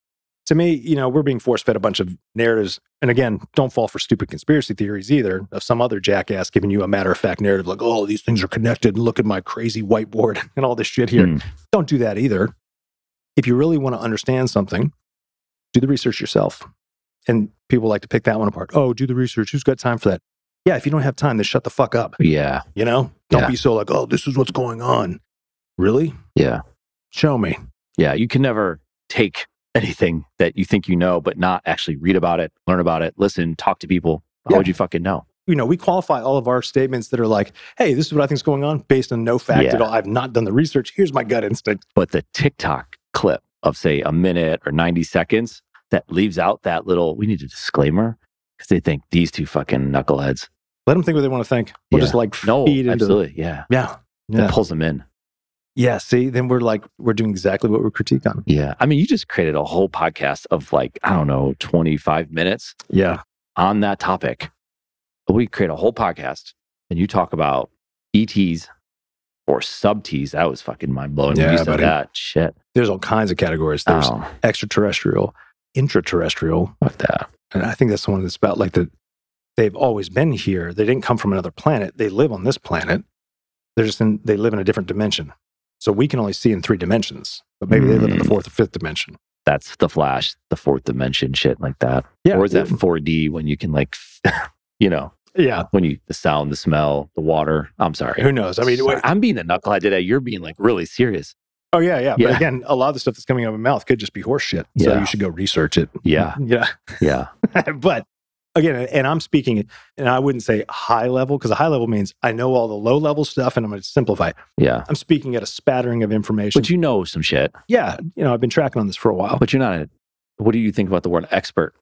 to me, you know, we're being force fed a bunch of narratives. And again, don't fall for stupid conspiracy theories either of some other jackass giving you a matter of fact narrative like, oh, these things are connected. and Look at my crazy whiteboard [LAUGHS] and all this shit here. Mm. Don't do that either. If you really want to understand something, do the research yourself. And people like to pick that one apart. Oh, do the research. Who's got time for that? Yeah, if you don't have time, then shut the fuck up. Yeah. You know, don't Yeah. be so like, oh, this is what's going on. Really? Yeah. Show me. Yeah. You can never take anything that you think you know, but not actually read about it, learn about it, listen, talk to people. How Yeah. would you fucking know? You know, we qualify all of our statements that are like, hey, this is what I think is going on based on no fact Yeah. at all. I've not done the research. Here's my gut instinct. But the TikTok clip of, say, a minute or 90 seconds that leaves out that little, we need a disclaimer because they think these two fucking knuckleheads. Let them think what they want to think. We'll Yeah. just like No, feed into the- absolutely. Yeah. Yeah. That Yeah. pulls them in. Yeah. See, then we're like, we're doing exactly what we're critique on. Yeah. I mean, you just created a whole podcast of like, I don't know, 25 minutes Yeah. on that topic. We create a whole podcast and you talk about ETs or sub Ts. That was fucking mind blowing. Yeah, you said buddy. that shit. There's all kinds of categories. There's Oh, extraterrestrial, intraterrestrial. fuck that. And I think that's the one that's about like the they've always been here. They didn't come from another planet. They live on this planet. They're just in they live in a different dimension. So we can only see in three dimensions, but maybe they live in the Mm. fourth or fifth dimension. That's the flash, the fourth dimension shit like that. Yeah. or is that 4D when you can like, [LAUGHS] you know, Mm, Yeah. when you, the sound, the smell, the water. I'm sorry. Who knows? I mean, Sorry. wait- I'm being a knucklehead today. You're being like really [LAUGHS] serious. oh yeah, yeah. But Yeah. again, a lot of the stuff that's coming out of my mouth could just be horse shit. So Yeah. you should go research it. Yeah. [LAUGHS] Yeah. Yeah. but again, and I'm speaking, and I wouldn't say high level because high level means I know all the low level stuff and I'm going to simplify. it. Yeah. I'm speaking at a spattering of information. But you know some shit. yeah. You know, I've been tracking on this for a while. But you're not a, what do you think about the word expert?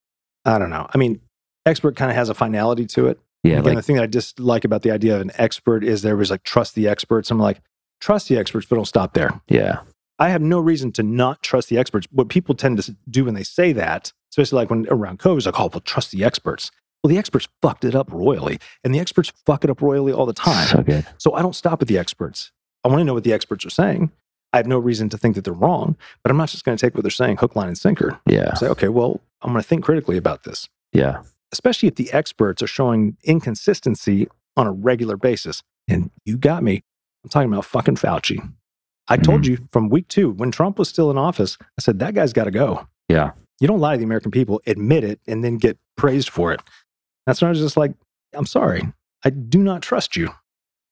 I don't know. I mean, expert kind of has a finality to it. Yeah, Again, like the thing that I dislike about the idea of an expert is there was like trust the experts. I'm like, trust the experts, but don't stop there. yeah, I have no reason to not trust the experts. What people tend to s- do when they say that, especially like when around COVID, is like, oh, well, trust the experts. Well, the experts fucked it up royally, and the experts fuck it up royally all the time. so good. So I don't stop at the experts. I want to know what the experts are saying. I have no reason to think that they're wrong, but I'm not just going to take what they're saying hook, line, and sinker. Yeah, Say, okay, well, I'm going to think critically about this yeah, especially if the experts are showing inconsistency on a regular basis. And you got me. I'm talking about fucking Fauci. I told Mm-hmm. you from week two when Trump was still in office, I said, that guy's got to go. Yeah. You don't lie to the American people, admit it, and then get praised for it. That's when I was just like, I'm sorry. I do not trust you.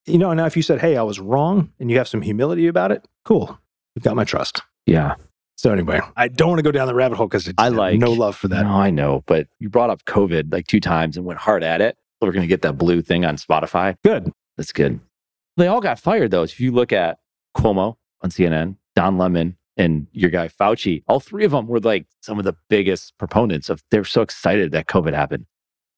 You know, now if you said, hey, I was wrong and you have some humility about it, cool. You've got my trust. yeah. So anyway, I don't want to go down the rabbit hole because I like- no love for that. no, I know, but you brought up COVID like two times and went hard at it. We're gonna get that blue thing on Spotify. Good. That's good. They all got fired though. If you look at Cuomo on CNN, Don Lemon, and your guy Fauci, all three of them were like some of the biggest proponents of they're so excited that COVID happened.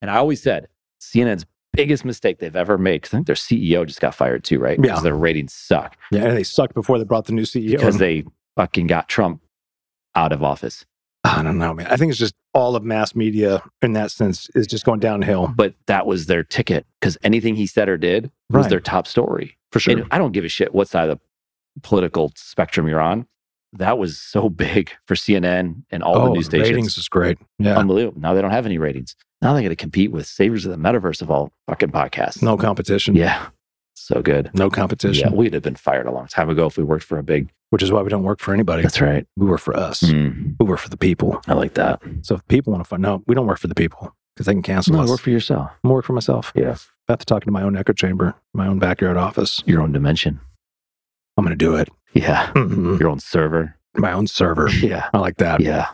And I always said CNN's biggest mistake they've ever made because I think their CEO just got fired too, right? Yeah. Because their ratings suck Yeah, and they sucked before they brought the new E CEO. because in. they fucking got Trump out of office. I don't know, man. I think it's just all of mass media in that sense is just going downhill. But that was their ticket because anything he said or did was Right. their top story. For sure. And I don't give a shit what side of the political spectrum you're on. That was so [LAUGHS] big for CNN and all the news stations. Oh, Um, ratings is great. Yeah. Unbelievable. Now they don't have any ratings. Now they got to compete with Savers of the Metaverse of all fucking podcasts. no competition. Yeah. So good. No competition, Yeah, we'd have been fired a long time ago if we worked for a big. which is why we don't work for anybody. That's right. we work for us. Mm, We work for the people. I like that. So if people want to find, no, we don't work for the people because they can cancel No, us. work for yourself. I'm work for myself. Yeah. I have to talk into my own echo chamber, my own backyard office. Your own dimension. I'm going to do it. Yeah. Mhm. Your own server. My own server. Yeah. I like that. Yeah.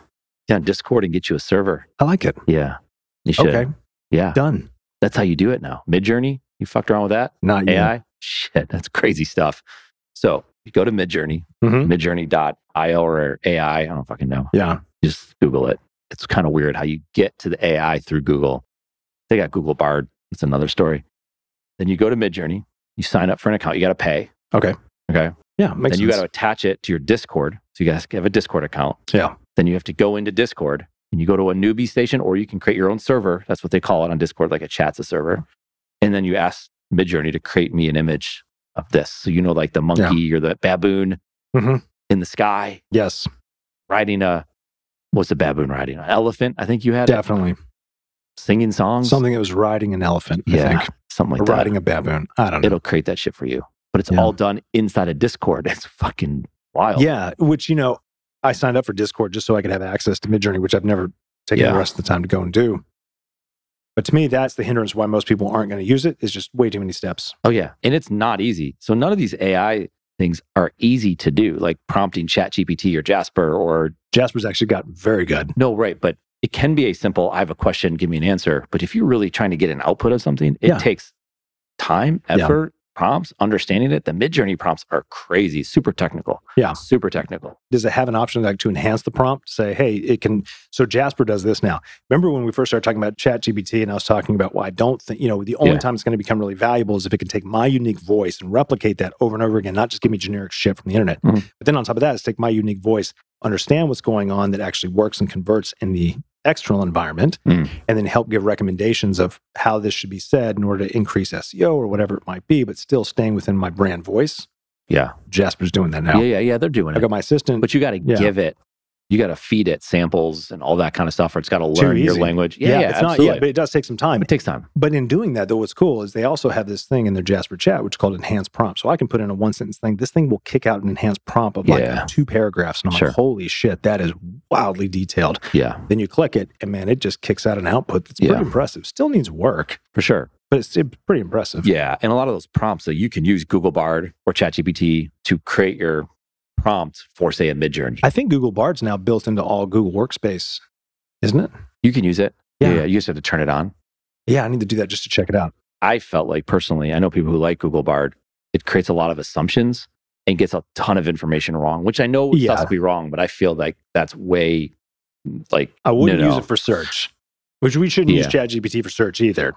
Yeah. Discord and get you a server. I like it. Yeah. You should. Okay. Yeah. Done. That's how you do it now. Midjourney, You fucked around with that? Not yet. AI? Shit. That's crazy stuff. So you go to Midjourney, Mhm. midjourney.io or AI. I don't fucking know. Yeah. just Google it. It's kind of weird how you get to the AI through Google. They got Google Bard. That's another story. Then you go to Midjourney. You sign up for an account. You got to pay. Yeah. Makes then you got to sense. attach it to your Discord. So you guys have a Discord account. Yeah. Then you have to go into Discord and you go to a newbie station, or you can create your own server. That's what they call it on Discord, like a chat's a server. And then you ask Midjourney to create me an image of this. So you know, like the monkey or the baboon Mhm. in the sky yes. riding a what's the baboon riding? An elephant? I think you had it? Definitely. singing songs, Something that was riding an elephant, I yeah, think. something or like that. riding a baboon. I don't know. It'll create that shit for you, but it's Yeah. all done inside of Discord. [LAUGHS] It's fucking wild. Yeah, which you know, I signed up for Discord just so I could have access to Midjourney, which I've never taken Yeah. the rest of the time to go and do. But to me, that's the hindrance why most people aren't going to use it. Is just way too many steps. Oh yeah, and it's not easy. So none of these AI things are easy to do, like prompting ChatGPT or Jasper or Jasper's actually got very good. no, right? But it can be a simple. I have a question, give me an answer. But if you're really trying to get an output of something, it Yeah. takes time, Yeah. effort. Prompts, understanding it, the Midjourney prompts are crazy, super technical. Yeah. super technical. Does it have an option like to enhance the prompt? Say, hey, it can. So Jasper does this now. Remember when we first started talking about ChatGPT, and I was talking about why I don't think you know the only Yeah. time it's going to become really valuable is if it can take my unique voice and replicate that over and over again, not just give me generic shit from the internet. Mhm. But then on top of that, it's take my unique voice, understand what's going on that actually works and converts in the external environment, Mm. and then help give recommendations of how this should be said in order to increase SEO or whatever it might be, but still staying within my brand voice. Yeah. Jasper's doing that now. Yeah, yeah, yeah. They're doing I it. got my assistant. but you got to Yeah. give it you got to feed it samples and all that kind of stuff or it's got to Too learn your easy. language yeah, yeah, it's absolutely. not. Yeah, but it does take some time. it takes time But in doing that, though, what's cool is they also have this thing in their Jasper chat, which is called enhanced prompt. So I can put in a one sentence thing. This thing will kick out an enhanced prompt of like Yeah. two paragraphs, and I'm Sure. like, holy shit, that is wildly detailed. yeah Then you click it, and man, it just kicks out an output that's Yeah. pretty impressive. Still needs work, for sure but it's, it's pretty impressive. yeah and a lot of those prompts that you can use google bard or chatgpt to create your prompt for say a midjourney I think Google Bard's now built into all Google Workspace, isn't it? you can use it Yeah. you just have to turn it on Yeah, I need to do that just to check it out. i felt like personally i know people who like google bard it creates a lot of assumptions and gets a ton of information wrong which i know is Yeah. possibly wrong but i feel like that's way like I wouldn't No, use no. it for search, which we shouldn't use ChatGPT for search either.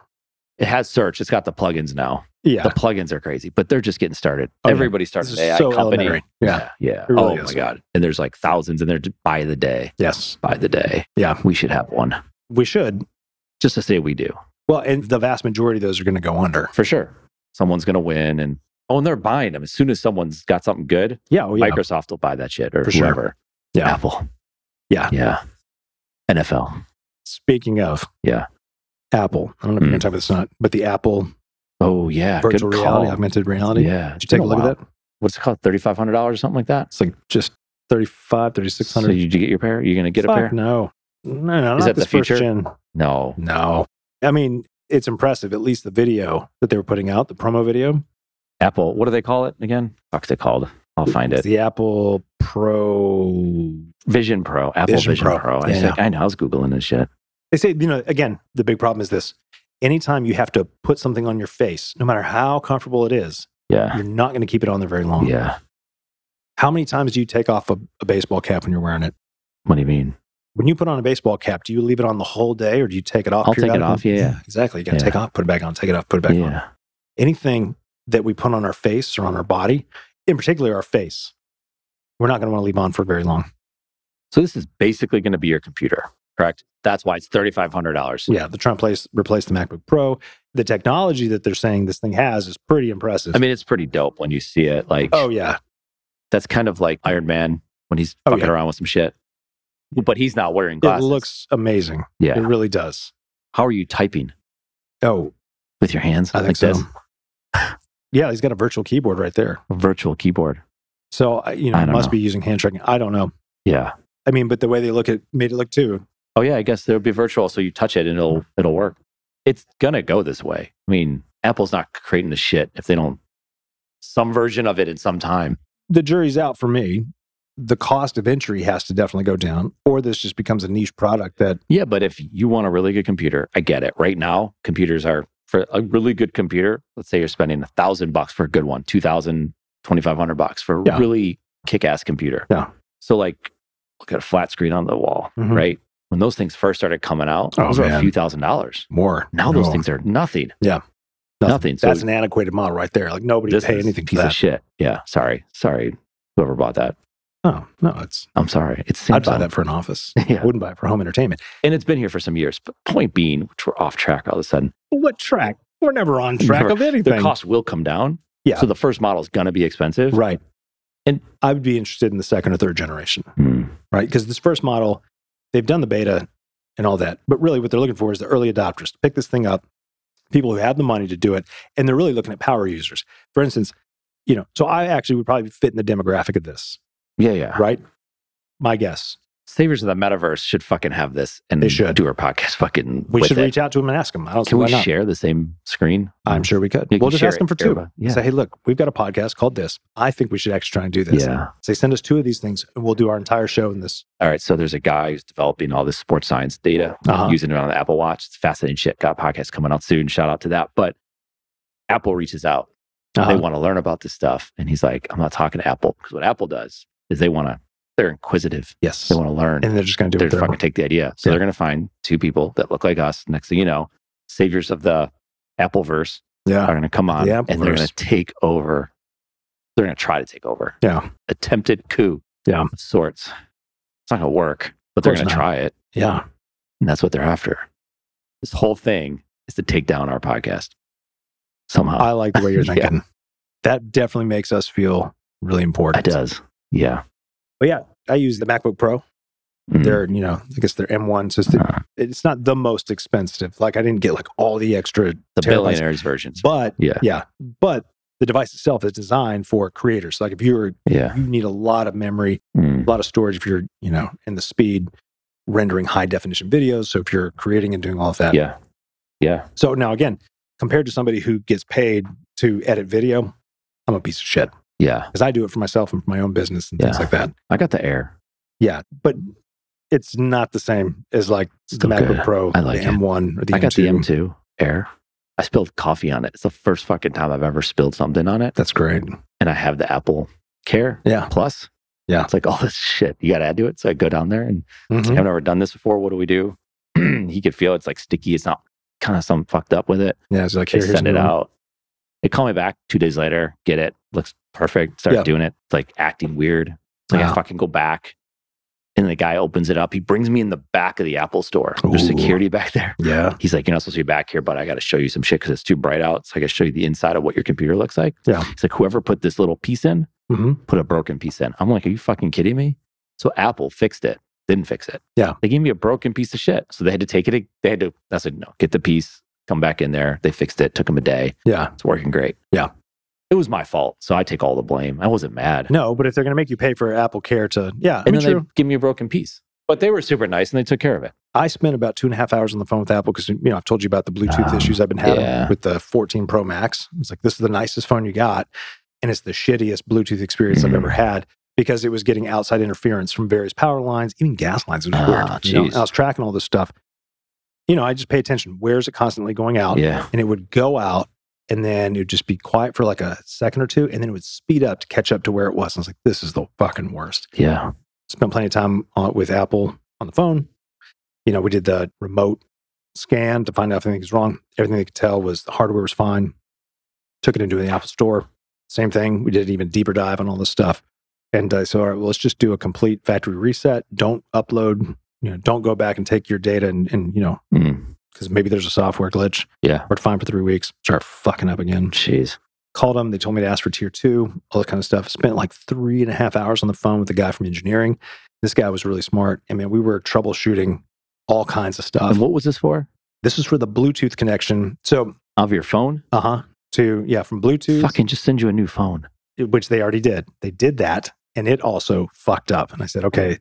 it has search it's got the plugins now Yeah. The plugins are crazy, but they're just getting started. Oh, yeah. Everybody's This starting is an AI so company. elementary. Yeah. Yeah. It really oh is. my God. And there's like thousands in there to buy the day, Yes. buy the day. Yeah. We should have one We should. just to say we do Well, and the vast majority of those are going to go under. for sure. Someone's going to win. And oh, and they're buying them. As soon as someone's got something good, Yeah, oh, yeah. Microsoft will buy that shit or For sure. whoever. Yeah. Apple. Yeah. Yeah. NFL. Speaking of, Yeah. Apple. I don't know if Mm. you're going to talk about this or not, but the Apple Oh, yeah. virtual Good reality, call. augmented reality. Yeah. Did you take a look at that? What's it called? $3,500 or something like that? It's like just 35, So 3600. did you get your pair? Are you going to get Fuck a pair? No. No, no, Is not that the this first future? gen. No. No. I mean, it's impressive, at least the video that they were putting out, the promo video. Apple. What do they call it again? Fuck's it called? I'll find it. It's the Apple Pro. Vision Pro, Apple Vision, Vision Pro. Pro. I, was Yeah. like, I know, I was Googling this shit. They say, you know, again, the big problem is this. Anytime you have to put something on your face, no matter how comfortable it is, Yeah. Oh. you're not going to keep it on there very long. Yeah. How many times do you take off a, a baseball cap when you're wearing it? What do you mean? When you put on a baseball cap, do you leave it on the whole day or do you take it off? I'll take it periodically? off. Yeah. yeah. Exactly. You got to Yeah. take it off, put it back on, take it off, put it back on. yeah. Anything that we put on our face or on our body, in particular our face, we're not going to want to leave on for very long. So this is basically going to be your computer, correct? That's why it's thirty five hundred dollars. Yeah, they're trying to place, replace the MacBook Pro. The technology that they're saying this thing has is pretty impressive. I mean, it's pretty dope when you see it. Like, oh yeah, that's kind of like Iron Man when he's Oh, fucking yeah. around with some shit, but he's not wearing glasses. it looks amazing. yeah. It really does. How are you typing Oh, with your hands? I think like so. this? [SIGHS] Yeah, he's got a virtual keyboard right there. A virtual keyboard. So I- you know, I he don't must know. be using hand tracking. I don't know. Yeah. I mean, but the way they look at made it look too. Oh yeah, I guess there would be virtual, so you touch it and it'll it'll work. It's gonna go this way. I mean, Apple's not creating the shit if they don't some version of it in some time. The jury's out for me. The cost of entry has to definitely go down, or this just becomes a niche product that Yeah, but if you want a really good computer, I get it. Right now, computers are for a really good computer. Let's say you're spending a thousand bucks for a good one, two thousand, twenty five hundred bucks for a Yeah. really kick ass computer. Yeah. So like, look at a flat screen on the wall, Mhm. right? When those things first started coming out, Oh, those were a man. few thousand dollars. more Now those No, things are nothing. Yeah. Nothing. Nothing. So That's an antiquated model right there. Like nobody would pay is anything for piece of that. shit. Yeah, sorry, sorry, whoever bought that. oh no, it's I'm sorry. It's I'd buy Samsung. that for an office. [LAUGHS] yeah, Wouldn't buy it for home entertainment. and it's been here for some years. But point being, which we're off track all of a sudden. What track? We're never on track Never. of anything. Their cost will come down. Yeah. So the first model is gonna be expensive. Right. And- I would be interested in the second or third generation, Hmm. right? Because this first model, they've done the beta and all that. But really, what they're looking for is the early adopters to pick this thing up, people who have the money to do it. And they're really looking at power users. For instance, you know, so I actually would probably fit in the demographic of this, Yeah, yeah. right? My guess. Savers of the Metaverse should fucking have this and They should. do our podcast fucking. We with should it. reach out to them and ask them. I don't see Can why we not. share the same screen? I'm sure we could. You we'll can just share ask them it, for two. everybody. Yeah. Say, hey, look, we've got a podcast called this. I think we should actually try and do this. Yeah. Say, send us two of these things and we'll do our entire show in this. All right. So there's a guy who's developing all this sports science data, Uh-huh. using it on the Apple Watch. It's fascinating shit. Got a podcast coming out soon. Shout out to that. But Apple reaches out they Uh-huh. want to learn about this stuff. And he's like, I'm not talking to Apple because what Apple does is they want to, they're inquisitive. yes. They want to learn. and they're just going to do they're it. their fucking way. take the idea. Yeah. So they're going to find two people that look like us. Next thing you know, saviors of the Appleverse Yeah. are going to come on Uh, The and they're going Appleverse. to take over. They're going to try to take over. Yeah. Attempted coup Yeah. of sorts. It's not going to work, but they're Course going to not. try it. Yeah. And that's what they're after. This whole thing is to take down our podcast somehow. I like the way you're Yeah. thinking. That definitely makes us feel really it important. does. Yeah. But yeah, I use the MacBook Pro. Mm. They're, you know, I guess they're M1. So it's, the- Uh, it's not the most expensive. Like I didn't get like all the extra the terabytes. billionaires versions. But Yeah. yeah, but the device itself is designed for creators. Like if you're, Yeah. Mm. you need a lot of memory, a lot of storage if you're, you know, in the speed rendering high definition videos. So if you're creating and doing all of that. Yeah. Yeah. So now again, compared to somebody who gets paid to edit video, I'm a piece of shit. Yeah. because I do it for myself and for my own business and things Yeah. like that. I got the air. Yeah, but it's not the same as like the Still MacBook good. Pro, I like the it. M1 or the I M2. got the M2 air. I spilled coffee on it. It's the first fucking time I've ever spilled something on it. That's great. And I have the Apple Care Yeah. Plus. Yeah. It's like all this shit. You got to add to it. So I go down there and Mhm. I've never done this before. What do we do? [CLEARS THROAT] he could feel it's like sticky. It's not kind of something fucked up with it. Yeah, it's like They here, here's send it another one. out. They call me back two days later. Get it. Looks perfect. Start Yeah. Uh-huh. doing it. It's like acting weird. Like I Wow. fucking go back. And the guy opens it up. He brings me in the back of the Apple store. There's Ooh. security back there. Yeah, He's like, You're not supposed to be back here, but I got to show you some shit because it's too bright out. So I got to show you the inside of what your computer looks like. Yeah. He's like, Whoever put this little piece in, hmm put a broken piece in. I'm like, Are you fucking kidding me? So Apple fixed it, didn't fix it. Yeah. They gave me a broken piece of shit. So they had to take it. They had to, I said, No, get the piece, come back in there. They fixed it, took them a day. yeah. It's working great. Yeah. It was my fault. So I take all the blame. I wasn't mad. No, but if they're going to make you pay for Apple Care to, yeah, Mm, I and mean, then true. they give me a broken piece. But they were super nice and they took care of it. I spent about two and a half hours on the phone with Apple because you know I've told you about the Bluetooth Um, issues I've been having yeah. with the 14 Pro Max. It's like this is the nicest phone you got, and it's the shittiest Bluetooth experience Mhm. I've ever had because it was getting outside interference from various power lines, even gas lines. It was weird. Ah, you know? jeez. And I was tracking all this stuff. You know, I just pay attention. Where is it constantly going out? Yeah. And it would go out and then it would just be quiet for like a second or two, and then it would speed up to catch up to where it was. And I was like, this is the fucking worst. Yeah. Spent plenty of time on, with Apple on the phone. You know, we did the remote scan to find out if anything was wrong. Everything they could tell was the hardware was fine. Took it into the Apple store. Same thing. We did an even deeper dive on all this stuff. And uh, so, all right, well, let's just do a complete factory reset. Don't upload, you know, don't go back and take your data and, and you know, Mm. because maybe there's a software glitch. Yeah. We're fine for three weeks. Start fucking up again. Jeez. Called them. They told me to ask for tier two, all that kind of stuff. Spent like three and a half hours on the phone with the guy from engineering. This guy was really smart. I mean, we were troubleshooting all kinds of stuff. and what was this for? This is for the Bluetooth connection. So, Of your phone? uh huh, to, yeah, from Bluetooth, Fucking just send you a new phone. which they already did. They did that and it also fucked up. And I said, okay,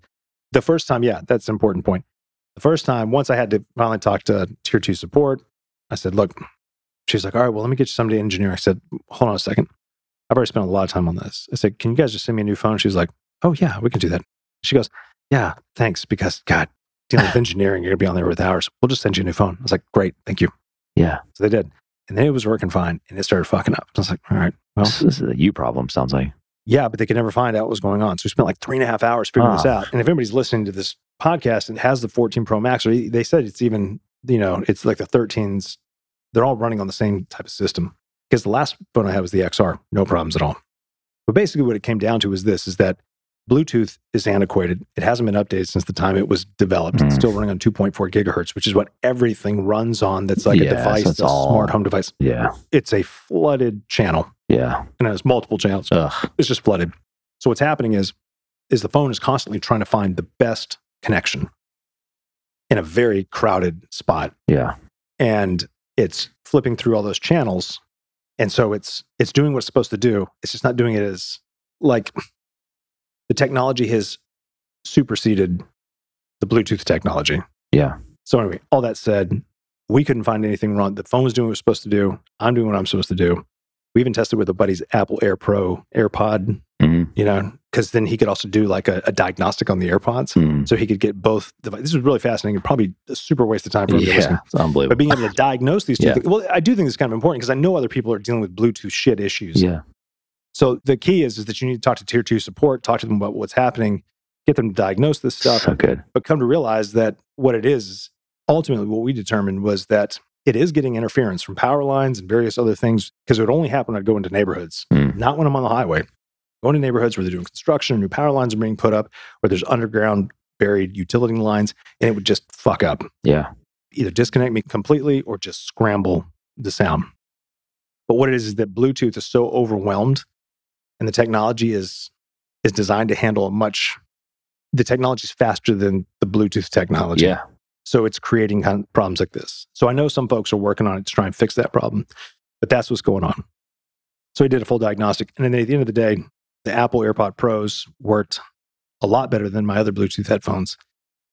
the first time, yeah, that's an important point. The first time, once I had to finally talk to tier two support, I said, look, she's like, all right, well, let me get you somebody to engineer. I said, hold on a second. I've already spent a lot of time on this. I said, can you guys just send me a new phone? She's like, oh, yeah, we can do that. She goes, yeah, thanks, because God, dealing with engineering, you're going to be on there with hours. We'll just send you a new phone. I was like, great, thank you. Yeah. So they did. And then it was working fine and it started fucking up. I was like, all right, well, This, this is a you problem, sounds like. yeah, but they could never find out what was going on. So we spent like three and a half hours figuring this Ah. out. And if anybody's listening to this podcast and has the 14 Pro Max, or e- they said it's even, you know, it's like the 13s, they're all running on the same type of system. Because the last phone I had was the XR, no problems at all. But basically, what it came down to is this: is that Bluetooth is antiquated. It hasn't been updated since the time it was developed. It's Mm. still running on 2.4 gigahertz, which is what everything runs on. That's like Yes, a device, that's that's a smart all. home device. Yeah. It's a flooded channel, Yeah. and it has multiple channels Ugh. it's just flooded. So what's happening is is the phone is constantly trying to find the best connection in a very crowded spot Yeah. and it's flipping through all those channels and so it's it's doing what it's supposed to do it's just not doing it as like the technology has superseded the bluetooth technology Yeah. so anyway all that said we couldn't find anything wrong the phone was doing what it was supposed to do i'm doing what i'm supposed to do we even tested with a buddy's apple air pro airpod Mm. you know because then he could also do like a, a diagnostic on the airpods Mm. so he could get both devices this was really fascinating and probably a super waste of time for him to Yeah. It's but unbelievable. being able to diagnose these two Yeah. things well i do think it's kind of important because i know other people are dealing with bluetooth shit issues Yeah. so the key is, is that you need to talk to tier two support talk to them about what's happening get them to diagnose this stuff So good. but come to realize that what it is is ultimately what we determined was that it is getting interference from power lines and various other things because it would only happen when i'd go into neighborhoods Hmm. not when i'm on the highway going to neighborhoods where they're doing construction new power lines are being put up where there's underground buried utility lines and it would just fuck up Yeah. either disconnect me completely or just scramble the sound. But what it is is that Bluetooth is so overwhelmed and the technology is is designed to handle a much the technology is faster than the Bluetooth technology. Yeah. So it's creating kind of problems like this. So I know some folks are working on it to try and fix that problem, but that's what's going on. So he did a full diagnostic. And then at the end of the day, the Apple AirPod Pros worked a lot better than my other Bluetooth headphones.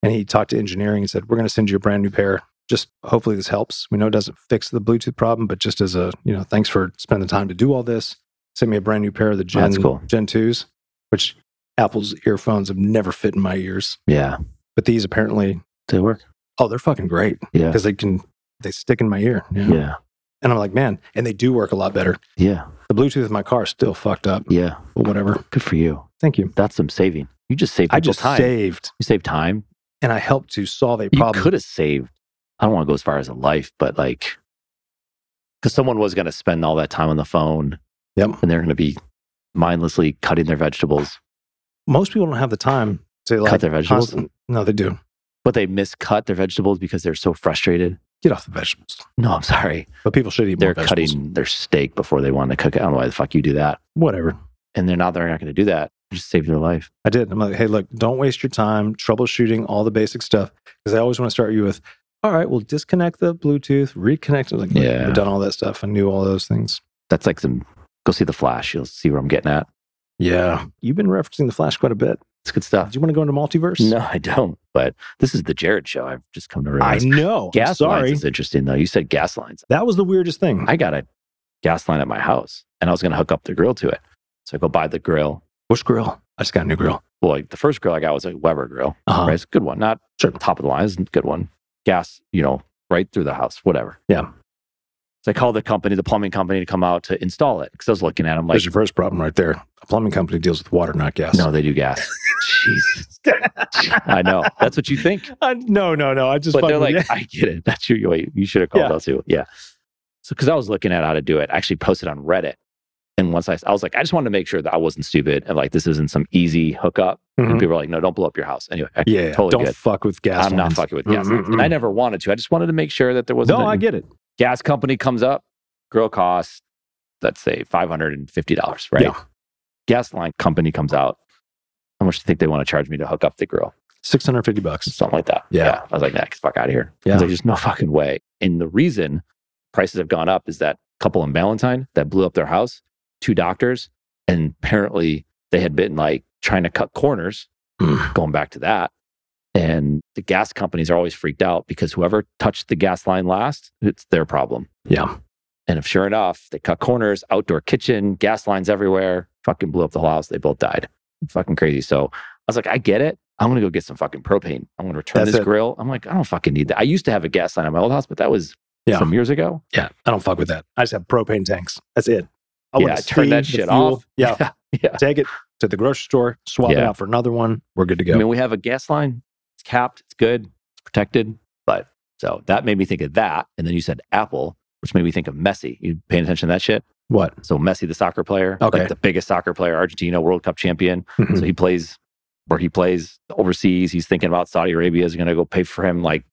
And he talked to engineering and said, We're going to send you a brand new pair. Just hopefully this helps. We know it doesn't fix the Bluetooth problem, but just as a, you know, thanks for spending the time to do all this. Sent me a brand new pair of the Gen, That's cool. Gen 2s, which Apple's earphones have never fit in my ears. Yeah. But these apparently, Did it work? oh, they're fucking great Yeah. because they can they stick in my ear. you know? Yeah. And I'm like, man, and they do work a lot better. Yeah. The Bluetooth in my car is still fucked up, Yeah. but whatever. Good for you. Thank you. That's some saving. You just saved I people just time. saved you saved time. and I helped to solve a You problem. could have saved. I don't want to go as far as a life, but like, because someone was going to spend all that time on the phone Yep. and they're going to be mindlessly cutting their vegetables, Most people don't have the time to like cut their vegetables, constant- No, they do. but they miscut their vegetables because they're so frustrated. Get off the vegetables. No, I'm sorry. But people should eat They're more vegetables. cutting their steak before they want to cook it. I don't know why the fuck you do that. Whatever. And they're not, they're not going to do that. You just saved their life. I did. I'm like, hey, look, don't waste your time troubleshooting all the basic stuff because I always want to start you with, all right, well, disconnect the Bluetooth, reconnect. I was like, Yeah. I've done all that stuff. I knew all those things. That's like some, go see the flash. You'll see where I'm getting at. Yeah. You've been referencing the Flash quite a bit. It's good stuff. Do you want to go into multiverse? No, I don't. But this is the Jared show. I've just come to I realize. know. I'm gas sorry. lines is interesting though. You said gas lines. That was the weirdest thing. I got a gas line at my house, and I was going to hook up the grill to it. So I go buy the grill. Which grill? I just got a new grill. Well, like the first grill I got was a Weber grill. Uh-huh. Right, it's a good one. Not Sure. top of the line. It's a good one. Gas, you know, right through the house. Whatever. Yeah. So I called the company, the plumbing company, to come out to install it because I was looking at them like, There's your first problem right there. A plumbing company deals with water, not gas. no, they do gas. Jesus. I know. That's what you think. [LAUGHS] I, no, no, no. I just but they're fucking with like, you. I get it. That's your way. You should have called Yeah. us too. Yeah. So, because I was looking at how to do it, I actually posted on Reddit. And once I, I was like, I just wanted to make sure that I wasn't stupid and like this isn't some easy hookup. Mhm. And people were like, no, don't blow up your house. Anyway, I, [LAUGHS] yeah, totally don't good. fuck with gas. I'm not lines. fucking with gas. Mm, lines. mm, And I mm. never wanted to. I just wanted to make sure that there wasn't No, a I get it. gas company comes up, grill costs, let's say $550, right? Yeah. Gas line company comes out. How much do you think they want to charge me to hook up the grill? Six hundred fifty bucks. something like that. Yeah. I was like, nah, get the fuck out of here. Yeah. I was like, there's no [LAUGHS] fucking way. And the reason prices have gone up is that couple in Valentine that blew up their house, two doctors, and apparently they had been like trying to cut corners, Mm. going back to that. And the gas companies are always freaked out because whoever touched the gas line last, it's their problem. Yeah. And if sure enough, they cut corners, outdoor kitchen, gas lines everywhere, fucking blew up the whole house. They both died. Fucking crazy. So I was like, I get it. I'm gonna go get some fucking propane. I'm gonna return That's this it. grill. I'm like, I don't fucking need that. I used to have a gas line at my old house, but that was Yeah. some years ago. Yeah, I don't fuck with that. I just have propane tanks. That's it. I Yeah, wanna turn that save the shit fuel. off. Yeah, [LAUGHS] Yeah. take it to the grocery store, swap it Yeah. out for another one. We're good to go. I mean, we have a gas line. It's capped. It's good. It's protected. But so that made me think of that. And then you said Apple, which made me think of Messi. You paying attention to that shit? what? So Messi, the soccer player, like Okay. the biggest soccer player, Argentina World Cup champion. So he plays where he plays overseas. He's thinking about Saudi Arabia is going to go pay for him like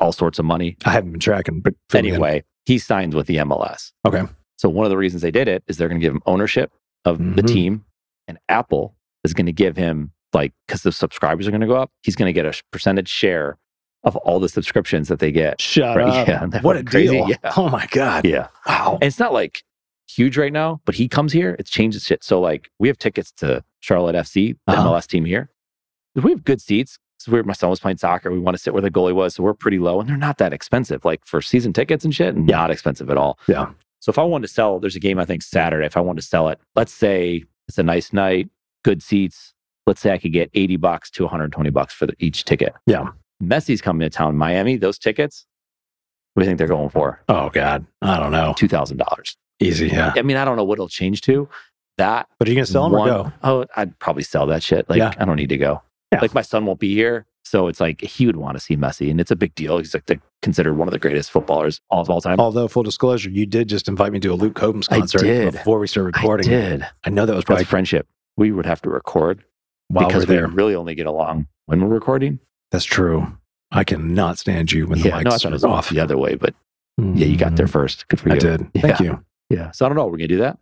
all sorts of money. I haven't been tracking, but fill me in. Anyway, he signs with the MLS. Okay. So one of the reasons they did it is they're going to give him ownership of the Mhm. team, and Apple is going to give him like because the subscribers are going to go up. He's going to get a percentage share of all the subscriptions that they get. shut Right, up. yeah, that what a was crazy, deal! yeah. Oh my god! Yeah. Wow. And it's not like huge right now, but he comes here, it's changed its shit. So like we have tickets to Charlotte FC, the Uh-huh. MLS team here. We have good seats. So we're, my son was playing soccer. We want to sit where the goalie was. So we're pretty low and they're not that expensive. Like for season tickets and shit, not expensive at all. Yeah. So if I wanted to sell, there's a game I think Saturday. If I wanted to sell it, let's say it's a nice night, good seats. Let's say I could get 80 bucks to 120 bucks for the, each ticket. Yeah. Messi's coming to town, Miami, those tickets, what do you think they're going for? Oh god! I don't know. $2,000. Easy, yeah. I mean, I don't know what it'll change to. That But are you gonna sell them one- or go? Oh, I'd probably sell that shit. Like, Yeah. I don't need to go. Yeah. Like, my son won't be here. So it's like he would want to see Messi, and it's a big deal. He's like the, considered one of the greatest footballers all of all time. Although full disclosure, you did just invite me to a Luke Combs I concert did. before we started recording. I did. I know that was That's probably friendship. We would have to record while because we're there. we really only get along when we're recording. That's true. I cannot stand you when yeah, the no, I mics thought it was are off. Mm. the other way, but yeah, you got there first. Good for I you. did. Thank you. Yeah. So I don't know. We're gonna do that,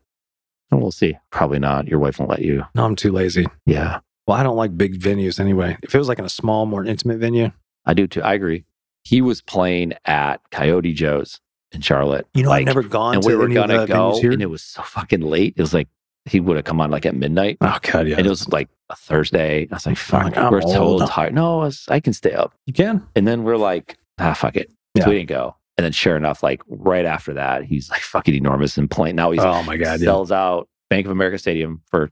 and we'll see. Probably not. Your wife won't let you. No, I'm too lazy. Yeah, Well, I don't like big venues anyway. If it was like in a small, more intimate venue, I do too. I agree. He was playing at Coyote Joe's in Charlotte. you know, like, I've never gone and to we were any of gonna the go, venues here. and it was so fucking late. It was like he would have come on like at midnight, oh god, yeah. and it was like a Thursday. I was like, Fuck, "Fuck, I'm we're so old. tired." No, I, was, I can stay up. you can. And then we're like, "Ah, fuck it." Yeah. So we didn't go. And then, sure enough, like right after that, he's like fucking enormous and playing. Now he's Oh my god, yeah. sells out Bank of America Stadium for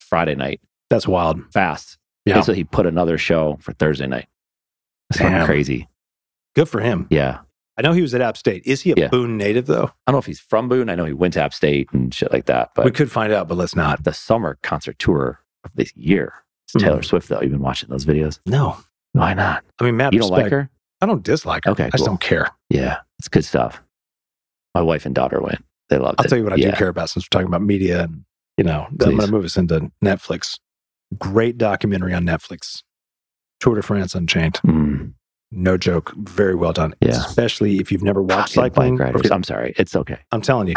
Friday night That's wild. fast. Yeah. And so he put another show for Thursday night. That's fucking Damn. crazy. Good for him. Yeah. I know he was at App State. Is he a Yeah. Boone native though? I don't know if he's from Boone. I know he went to App State and shit like that. But we could find out, but let's not. the summer concert tour of this year. It's Mhm. Taylor Swift, though. You've been watching those videos. No, Why not? I mean, Matt, You don't respect. like her? I don't dislike her. Okay, I just cool. don't care. Yeah, it's good stuff. My wife and daughter went. They loved I'll it. tell you what I yeah. do care about since we're talking about media and you know, I'm Please. gonna move us into Netflix. Great documentary on Netflix. Tour de France Unchained. Mm, No joke. Very well done. Yeah. Especially if you've never watched fucking cycling. or bike if riders. you- I'm sorry. It's okay. I'm telling you,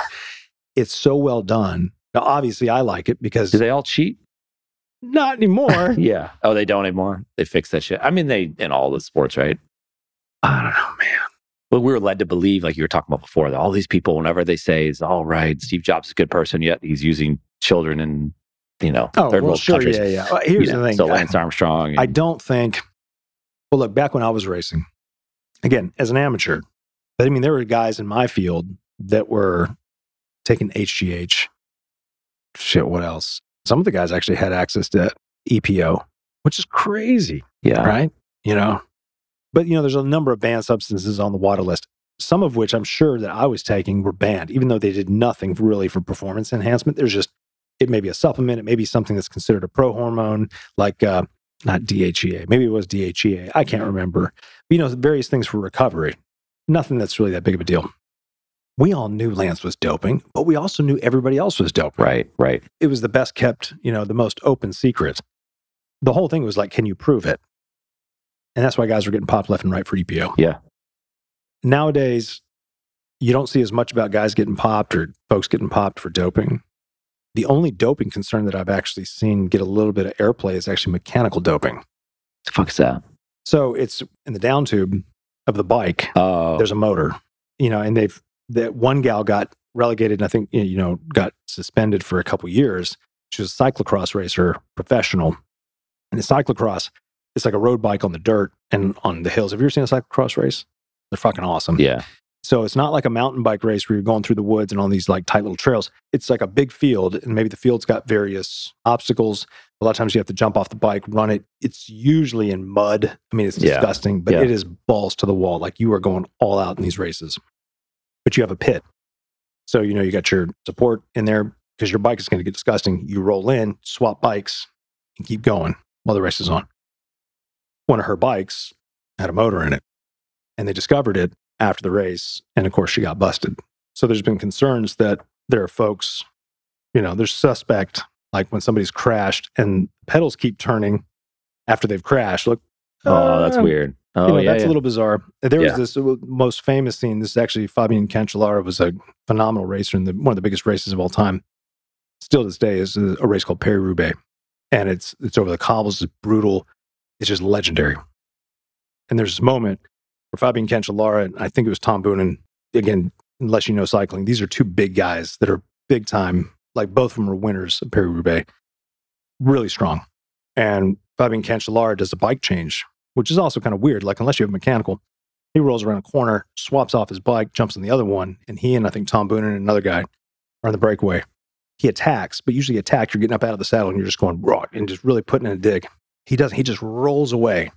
it's so well done. Now, obviously, I like it because Do they [LAUGHS] all cheat? not anymore. [LAUGHS] Yeah. Oh, they don't anymore. They fix that shit. I mean, they in all the sports, right? I don't know, man. But we were led to believe, like you were talking about before, that all these people, whenever they say is all right, Steve Jobs is a good person, yet he's using children in, you know, Oh, third well, world sure, countries. yeah, yeah. Uh, Here's You know, the thing. So Lance Armstrong. And, I don't think. Well, look, back when I was racing, again as an amateur, but I mean there were guys in my field that were taking HGH. Shit, what else? Some of the guys actually had access to EPO, which is crazy, yeah. right? You know, but you know, there's a number of banned substances on the water list. some of which I'm sure that I was taking were banned, even though they did nothing really for performance enhancement. There's just, it may be a supplement, it may be something that's considered a pro hormone, like uh, not DHEA, maybe it was DHEA, I can't remember. But, you know, various things for recovery. Nothing that's really that big of a deal. We all knew Lance was doping, but we also knew everybody else was doping. Right, right. It was the best kept, you know, the most open secret. The whole thing was like, can you prove it? And that's why guys were getting popped left and right for EPO. Yeah. Nowadays, you don't see as much about guys getting popped or folks getting popped for doping. The only doping concern that I've actually seen get a little bit of airplay is actually mechanical doping. The fuck's that? So it's in the down tube of the bike, Oh, there's a motor, you know, and they've, that one gal got relegated and I think, you know, got suspended for a couple years. She was a cyclocross racer, professional. And the cyclocross, it's like a road bike on the dirt and on the hills. Have you ever seen a cyclocross race? They're fucking awesome. yeah. So it's not like a mountain bike race where you're going through the woods and all these like tight little trails. It's like a big field, and maybe the field's got various obstacles. A lot of times you have to jump off the bike, run it. It's usually in mud. I mean, it's Yeah. disgusting, but Yeah. it is balls to the wall. Like you are going all out in these races, but you have a pit. So, you know, you got your support in there because your bike is going to get disgusting. You roll in, swap bikes, and keep going while the race is on. One of her bikes had a motor in it, and they discovered it after the race. And of course, she got busted. So there's been concerns that there are folks, you know, there's suspect, like when somebody's crashed and pedals keep turning after they've crashed. Look, Oh, that's uh, weird. Oh, you know, yeah. that's yeah. a little bizarre. There Yeah. was this uh, most famous scene. This is actually Fabian Cancellara was a phenomenal racer and the, one of the biggest races of all time. Still to this day is uh, a race called Perry Roubaix, and it's it's over the cobbles. It's brutal. It's just legendary. And there's this moment where Fabian Cancellara and I think it was Tom Boonen. Again, unless you know cycling, these are two big guys that are big time. Like both of them are winners of Perry Roubaix, really strong. And Fabian Cancellara does a bike change which is also kind of weird. Like, unless you have mechanical, he rolls around a corner, swaps off his bike, jumps on the other one, and he and I think Tom Boonen and another guy are on the breakaway. He attacks, but usually attack, you're getting up out of the saddle and you're just going raw and just really putting in a dig. He doesn't, he just rolls away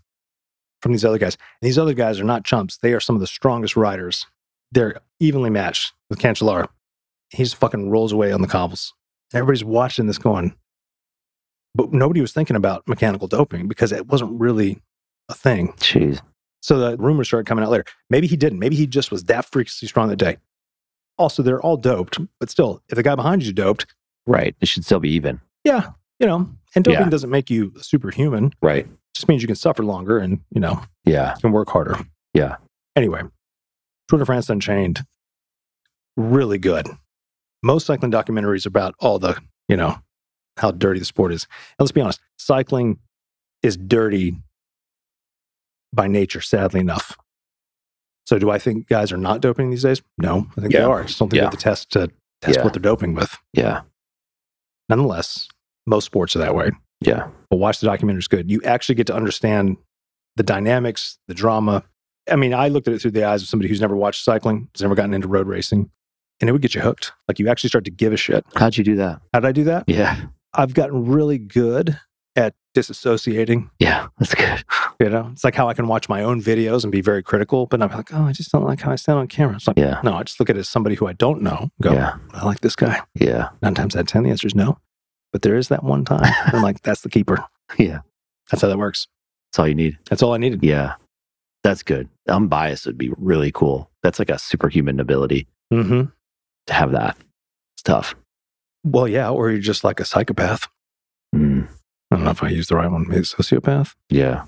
from these other guys. And these other guys are not chumps. They are some of the strongest riders. They're evenly matched with Cancellara. He just fucking rolls away on the cobbles. Everybody's watching this going, but nobody was thinking about mechanical doping because it wasn't really a thing. Jeez. So the rumors started coming out later. Maybe he didn't. Maybe he just was that freakishly strong that day. Also, they're all doped, but still, if the guy behind you doped, Right. It should still be even. yeah, you know, and doping Yeah. doesn't make you superhuman. It Right. just means you can suffer longer and, you know, Yeah. can work harder. Yeah. Anyway, Tour de France Unchained, really good. Most cycling documentaries are about all the, you know, how dirty the sport is. And let's be honest, cycling is dirty by nature, sadly enough. So do I think guys are not doping these days? No, I think they Yeah. are. I just don't think they Yeah. have the test to test Yeah. what they're doping with. Yeah. Nonetheless, most sports are that way Yeah. but watch the documentary. It's good. You actually get to understand the dynamics, the drama. I mean, I looked at it through the eyes of somebody who's never watched cycling, has never gotten into road racing, and it would get you hooked. Like you actually start to give a shit. How'd you do that? How did I do that? Yeah. I've gotten really good at disassociating. Yeah. That's good. You know, it's like how I can watch my own videos and be very critical, but I'm like, oh, I just don't like how I sound on camera. It's like, Yeah. no, I just look at it as somebody who I don't know. Go, Yeah. I like this guy. Yeah. Nine times out of ten, the answer is no. But there is that one [LAUGHS] time. I'm like, that's the keeper. Yeah. That's how that works. That's all you need. That's all I needed. Yeah. That's good. Unbiased would be really cool. That's like a superhuman ability Mm-hmm. to have that. It's tough. Well, yeah, or you're just like a psychopath. Mm. I don't know if I use the right one. Maybe sociopath, Yeah.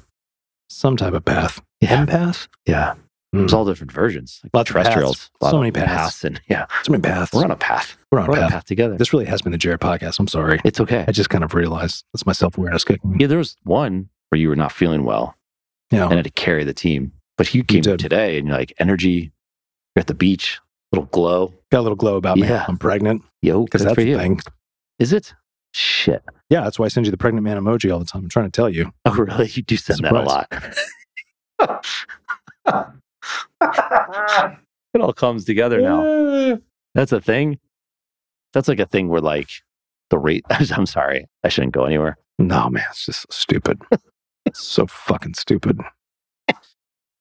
some type of path, Yeah. empath. Yeah. There's Mm. all different versions. Like Lots of paths. terrestrials. So many paths. And yeah. So many paths. We're on a path. We're on We're on a path together. This really has been the Jared podcast. I'm sorry. It's okay. I just kind of realized that's my self awareness kicking. me. Yeah, there was one where you were not feeling well Yeah. and had to carry the team. But he came Uh-huh. did. today and you're like energy. You're at the beach, little glow. Got a little glow about me. Yeah. I'm pregnant Yo, good because that's for the you. thing. Is it? Shit. [LAUGHS] Yeah, that's why I send you the pregnant man emoji all the time. I'm trying to tell you. Oh, really? You do send that a lot. [LAUGHS] it all [LAUGHS] comes together now. That's a thing. That's like a thing where like the rate. [LAUGHS] I'm sorry, I shouldn't go anywhere. No, man, it's just so stupid. so fucking stupid.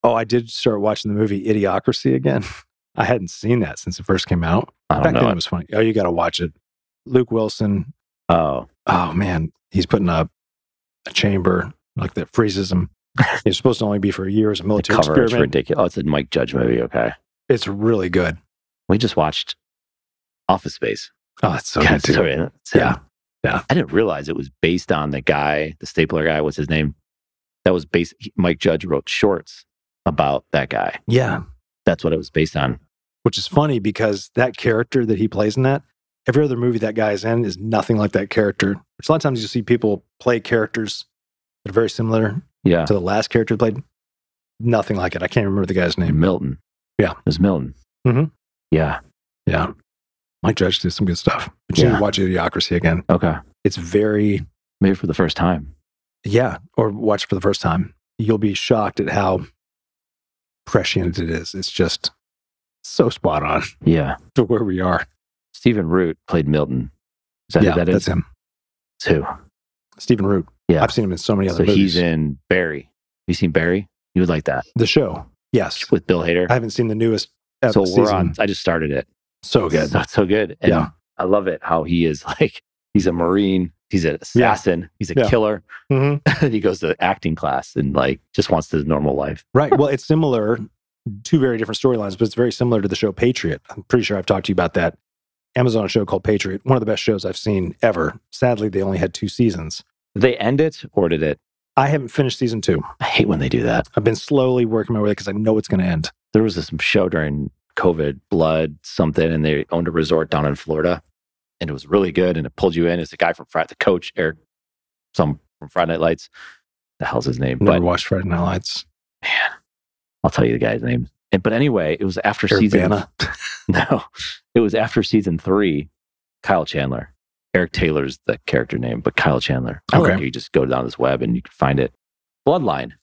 Oh, I did start watching the movie Idiocracy again. [LAUGHS] I hadn't seen that since it first came out. I don't Back know. then it was funny. Oh, you got to watch it. Luke Wilson. oh, Oh man, he's put in a, a chamber like that freezes [LAUGHS] him. It's supposed to only be for a year as a the military cover is experiment. ridiculous. Oh, it's a Mike Judge movie. Okay. It's really good. We just watched Office Space. Oh, it's so God, good. Too. sorry, that's him. Yeah. Yeah. I didn't realize it was based on the guy, the stapler guy, what's his name? That was based, he- Mike Judge wrote shorts about that guy. Yeah, That's what it was based on. which is funny because that character that he plays in that every other movie that guy is in is nothing like that character. Which a lot of times you see people play characters that are very similar Yeah. to the last character they played. Nothing like it. I can't remember the guy's name. Milton. Yeah. It was Milton. Mhm. Yeah. Yeah, Mike Judge did some good stuff. But you Yeah. need to watch Idiocracy again. Okay. It's very Maybe for the first time. Yeah, or watch for the first time. You'll be shocked at how prescient it is. It's just so spot on [LAUGHS] Yeah. to where we are. Stephen Root played Milton. Is that yeah, who that that's is? him. Who? Stephen Root. Yeah. I've seen him in so many other So movies. he's in Barry. You seen Barry? You would like that the show. Yes. with Bill Hader. I haven't seen the newest ep- so season. we're on. I just started it. So good. So, so good. And Yeah. I love it how he is [LAUGHS] like, he's a Marine, he's an assassin, he's a Yeah. killer. [LAUGHS] Mhm. and he goes to acting class and like just wants his normal life. Right. Well, it's similar, two very different storylines, but it's very similar to the show Patriot. I'm pretty sure I've talked to you about that. Amazon show called Patriot, one of the best shows I've seen ever. Sadly, they only had two seasons. Did they end it or did it? I haven't finished season two. I hate when they do that. I've been slowly working my way because I know it's going to end. There was this show during COVID, Blood something, and they owned a resort down in Florida. And it was really good. And it pulled you in. It's a guy from Friday, the coach, Eric, some from Friday Night Lights. The hell's his name? Never But watched Friday Night Lights. I'll tell you the guy's name. And, but anyway, it was after Eric season Bana. [LAUGHS] No, it was after season three. Kyle Chandler, Eric Taylor's the character name, but Kyle Chandler. I Okay. like how you just go down this web and you can find it. Bloodline,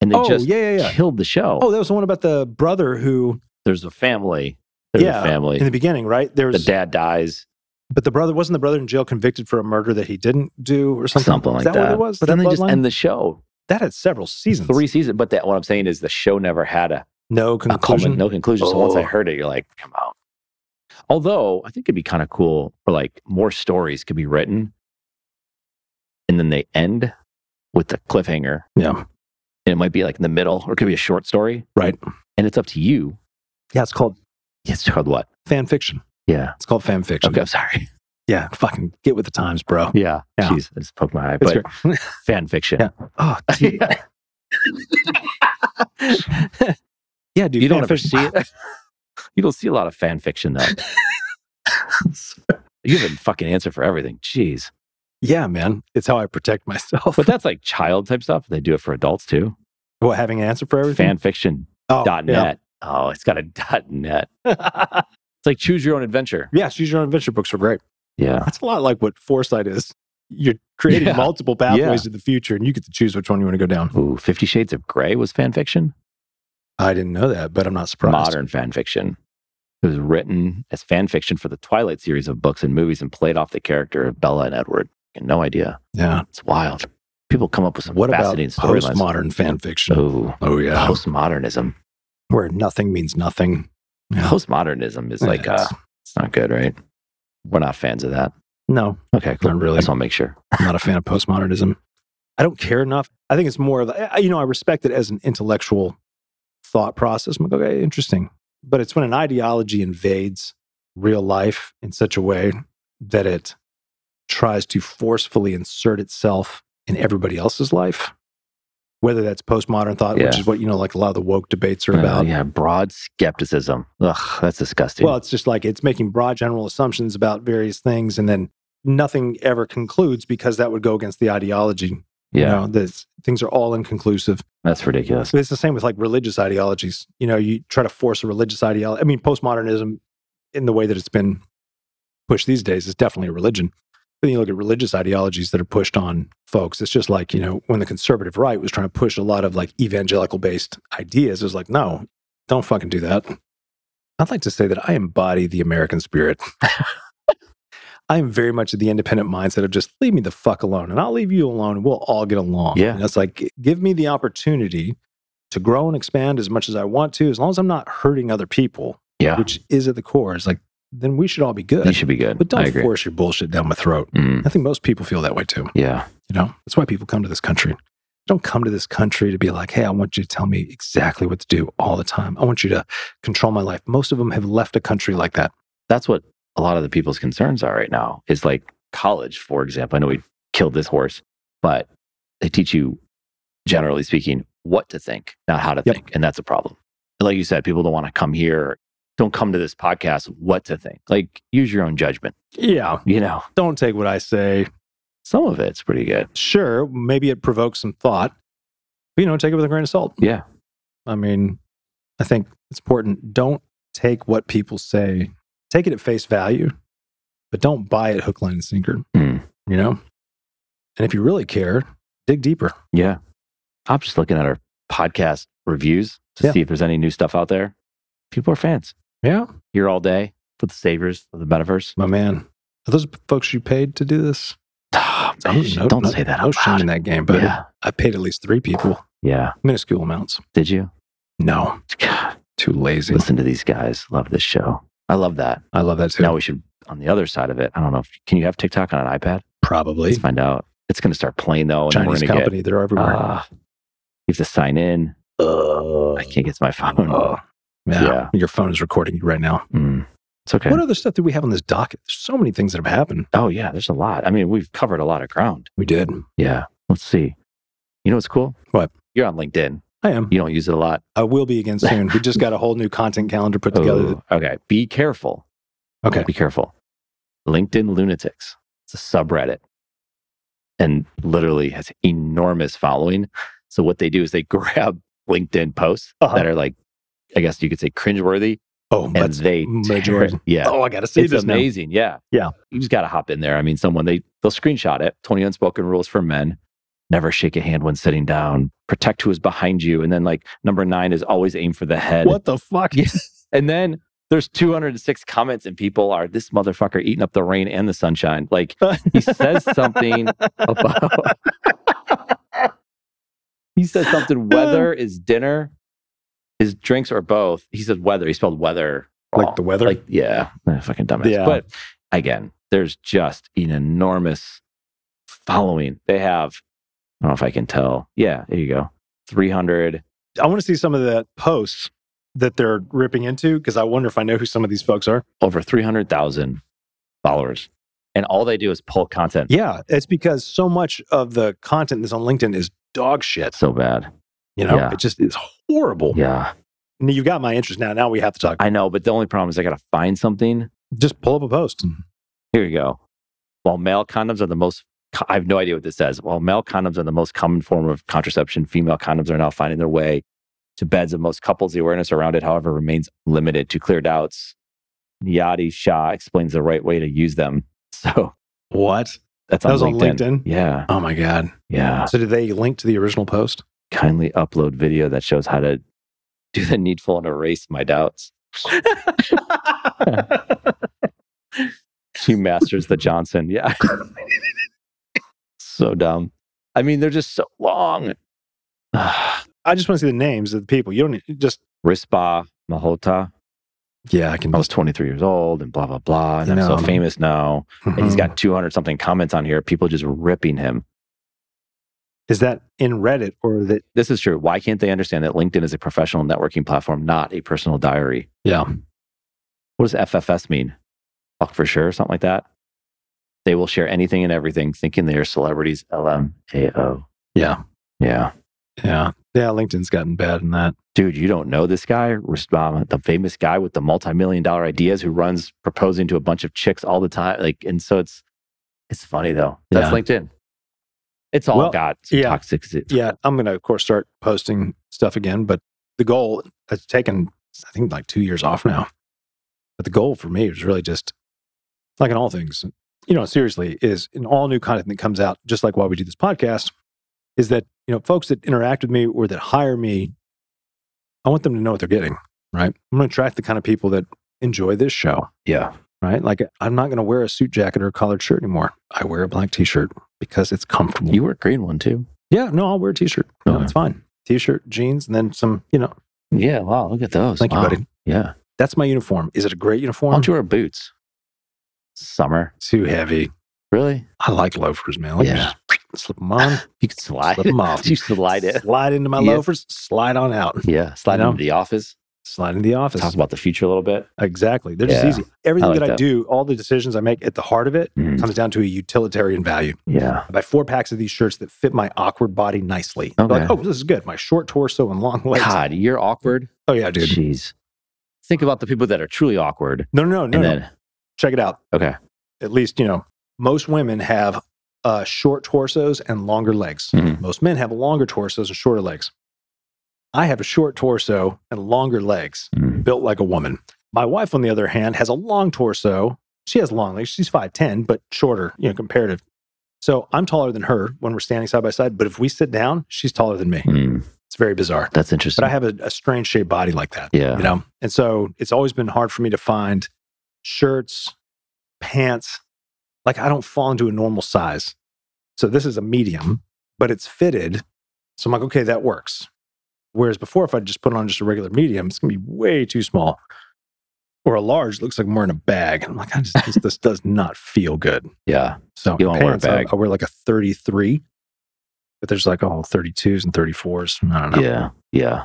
and they Oh, just yeah, yeah, yeah. killed the show. Oh, that was the one about the brother who, there's a family. There's Yeah, a in family. the beginning, right? There The was, dad dies. but the brother wasn't the brother in jail convicted for a murder that he didn't do or something. Something Is like that, that. what it was? But then That they just bloodline? end the show. that had several seasons. Three seasons. But that what I'm saying is the show never had a, no a conclusion. culmin- no conclusion. So once I Oh. heard it, you're like, come on. Although I think it'd be kind of cool for like more stories could be written, and then they end with the cliffhanger. Yeah, and it might be like in the middle or it could be a short story. Right. And it's up to you. yeah. It's called It's called what? fan fiction. Yeah. It's called fan fiction. Okay. I'm sorry. Yeah, fucking get with the times, bro. Yeah. Yeah. Jeez, I just poked my eye. It's But great. fan fiction. Yeah. Oh, [LAUGHS] dude. [LAUGHS] yeah, dude. you don't fan ever fiction- see [LAUGHS] it. you don't see a lot of fan fiction though. you have a fucking answer for everything. Jeez. [SIGHS] Oh, Yeah, man. It's how I protect myself. But that's like child type stuff. They do it for adults too. [LAUGHS] what having an answer for everything? Fanfiction.net. oh, dot yeah. net. Oh, it's got a [LAUGHS] dot net. It's like choose your own adventure. yeah, choose your own adventure books are great. Yeah. That's a lot like what foresight is. You're creating Yeah. multiple pathways to the future, and you get to choose which one you want to go down. Ooh, Fifty Shades of Grey was fan fiction. I didn't know that, but I'm not surprised. modern fan fiction. It was written as fan fiction for the Twilight series of books and movies and played off the character of Bella and Edward. And no idea. Yeah. It's wild. People come up with some What about fascinating storylines. postmodern fan fiction? Oh, Oh yeah, postmodernism. where nothing means nothing. Oh. Yeah. Oh, Postmodernism is like, uh, It's- it's not good, right? We're not fans of that. no, Okay, cool. Not really. I just want to make sure. I'm not a fan of postmodernism. I don't care enough. I think it's more of I- you know I respect it as an intellectual thought process. I'm like, okay, interesting. But it's when an ideology invades real life in such a way that it tries to forcefully insert itself in everybody else's life. Whether that's postmodern thought, which Yeah. is what you know, like a lot of the woke debates are Uh, about. yeah, broad skepticism. Ugh, that's disgusting. Well, it's just like it's making broad general assumptions about various things, and then nothing ever concludes because that would go against the ideology yeah, you know, this, things are all inconclusive. that's ridiculous. So it's the same with like religious ideologies. You know, you try to force a religious ideology. I mean, postmodernism, in the way that it's been pushed these days, is definitely a religion. But then you look at religious ideologies that are pushed on folks. It's just like, you know, when the conservative right was trying to push a lot of like evangelical based ideas, it was like, no, don't fucking do that. I'd like to say that I embody the American [LAUGHS] spirit. I am very much of the independent mindset of just leave me the fuck alone and I'll leave you alone. We'll all get along. Yeah. And it's like, give me the opportunity to grow and expand as much as I want to, as long as I'm not hurting other people, Yeah. which is at the core, is like, then we should all be good. You Ah. should be good. but I don't agree. force your bullshit down my throat. Mm, I think most people feel that way too. yeah. You know, that's why people come to this country. They Don't come to this country to be like, hey, I want you to tell me exactly what to do all the time. I want you to control my life. Most of them have left a country like that. That's what a lot of the people's concerns are right now is like college, for example. I know we killed this horse, but they teach you, generally speaking, what to think, not how to Yep. think. And that's a problem. And like you said, people don't want to come here. Don't come to this podcast what to think. Like, use your own judgment. Yeah. You know, Don't take what I say. some of it's pretty good. Sure, maybe it provokes some thought, but you know, take it with a grain of salt. Yeah. I mean, I think it's important. Don't take what people say, take it at face value, but don't buy it hook, line, and sinker, Mm. you know? And if you really care, dig deeper. Yeah. I'm just looking at our podcast reviews to Yeah. see if there's any new stuff out there. People are fans. Yeah. Here all day for the saviors of the [SIGHS] metaverse. My man, are those folks you paid to do this? don't don't say that. I out was shame loud. in that game, but yeah. I paid at least three people, Yeah. minuscule amounts. Did you? No, God, too lazy. listen to these guys. Love this show. I love that. I love that too. Now we should, on the other side of it, I don't know if, can you have TikTok on an iPad? Probably. Let's find out. It's going to start playing though. And Chinese then we're going to company, they're get, everywhere. Ah, you have to sign in. uh, I can't get to my [LAUGHS] phone. Oh, yeah. Yeah. Your phone is recording you right now. Mm. It's okay. What other stuff do we have on this docket? There's so many things that have happened. oh yeah. There's a lot. I mean, we've covered a lot of ground. We did. Yeah. Let's see. You know what's cool? What? You're on LinkedIn. I am. You don't use it a lot. I will be [LAUGHS] again soon. we just got a whole new content calendar put together. Ooh, Oh, okay. Be careful. Okay. Be careful. LinkedIn Lunatics. It's a subreddit and literally has enormous following. So what they do is they [LAUGHS] grab LinkedIn posts Uh-huh. that are like, I guess you could say cringeworthy. Oh, And that's, they majority. [LAUGHS] yeah. oh, I got to see it's this now. amazing. Yeah. Yeah. You just gotta hop in there. I mean, someone they they'll screenshot it. 20 unspoken rules for men. Never shake a hand when sitting down. Protect who is behind you. And then like number nine is always aim for the head. What the fuck? Yeah. And then there's 206 comments, and people are this motherfucker eating up the rain and the sunshine. Like he says something about. [LAUGHS] he says [LAUGHS] something. Whether is dinner, is drinks or both. He says weather. He spelled weather. wrong. Like the weather? Like yeah, eh, fucking dumbass. Yeah. But again, there's just an enormous following. They have. I don't know if I can tell. Yeah, there you go. 300. I want to see some of the posts that they're ripping into because I wonder if I know who some of these folks are. over 300,000 followers. And all they do is pull content Yeah. It's because so much of the content that's on LinkedIn is dog shit. so bad. You know, Yeah. it just is horrible. Yeah. Now, You got my interest now. Now we have to talk. I know, but the only problem is I got to find something. Just pull up a post. Here you go. While male condoms are the most, I have no idea what this says. While male condoms are the most common form of contraception, female condoms are now finding their way to beds of most couples. The awareness around it, however, remains limited to clear doubts. Yadi Shah explains the right way to use them. [LAUGHS] So What? that's That on, was on LinkedIn. LinkedIn? Yeah. Oh my God. Yeah. So did they link to the original post? kindly upload video that shows how to do the needful and erase my doubts. She masters the Johnson. Yeah. so dumb. I mean, they're just so long. [SIGHS] I just want to see the names of the people. You don't need- just Oh, Rispa Mahota. yeah. I can. I was 23 years old and blah, blah, blah. And I'm so No. famous now. And he's Mhm. got 200 something comments on here. People just ripping him. Is that in Reddit or that? This is true. Why can't they understand that LinkedIn is a professional networking platform, not a personal diary? Yeah. What does FFS mean? Fuck for sure, something like that. They will share anything and everything, thinking they are celebrities. LMAO. Yeah. Yeah. Yeah. Yeah. LinkedIn's gotten bad in that. Dude, you don't know this guy, Rustam, the famous guy with the multi-million dollar ideas who runs proposing to a bunch of chicks all the time. Like, and so it's it's funny though. That's Yeah. LinkedIn. It's all Well, got some yeah. toxic. Yeah. I'm going to, of course, start posting stuff again. But the goal, it's taken, I think, like two years off now. But the goal for me is really just like in all things, you know, seriously, is in all new content that comes out, just like why we do this podcast, is that, you know, folks that interact with me or that hire me, I want them to know what they're getting, right? I'm going to attract the kind of people that enjoy this show, Yeah. right? Like I'm not going to wear a suit jacket or a collared shirt anymore. I wear a black t shirt because it's comfortable. You were a green one too. Yeah, no, I'll wear a t-shirt. No, Okay. it's fine. t-shirt, jeans, and then some, you know, Yeah. Wow. Look at those. Thank you, Wow. buddy. Yeah. that's my uniform. Is it a great Why uniform? don't you wear boots? Summer. Too heavy. Really? I like loafers, man. Let me Yeah. just slip them on, You could slide. slip them off. you [LAUGHS] slide it. Slide into my Yeah. loafers, slide on out, Yeah. Slide You know? into the office. slide into the office. Talk about the future a little bit. Exactly. They're just Yeah. easy. Everything I like that I that. do, all the decisions I make at the heart of it Mhm. comes down to a utilitarian value. Yeah. I buy four packs of these shirts that fit my awkward body nicely. They're Like, Okay. oh, this is good. My short torso and long legs. God, you're awkward. Oh, yeah, dude. Jeez. Think about the people that are truly awkward. No, no, no, no, and no. then, Check it out. okay. At least, you know, most women have uh, short torsos and longer legs. Mhm. Most men have longer torsos and shorter legs. I have a short torso and longer legs, Mm. built like a woman. My wife, on the other hand, has a long torso. She has long legs. She's 5'10, but shorter, you know, comparative. So I'm taller than her when we're standing side by side. But if we sit down, she's taller than me. Mm. It's very bizarre. That's interesting. But I have a, a strange shaped body like that yeah. you know and so it's always been hard for me to find shirts pants like i don't fall into a normal size so this is a medium but it's fitted so i'm like okay that works whereas before if i just put on just a regular medium it's going to be way too small or a large looks like I'm wearing a bag and i'm like i just this, this does not feel good Yeah. so You don't wear I- a bag. I, wear like a 33 but there's like all 32s and 34s i don't know Yeah. Yeah.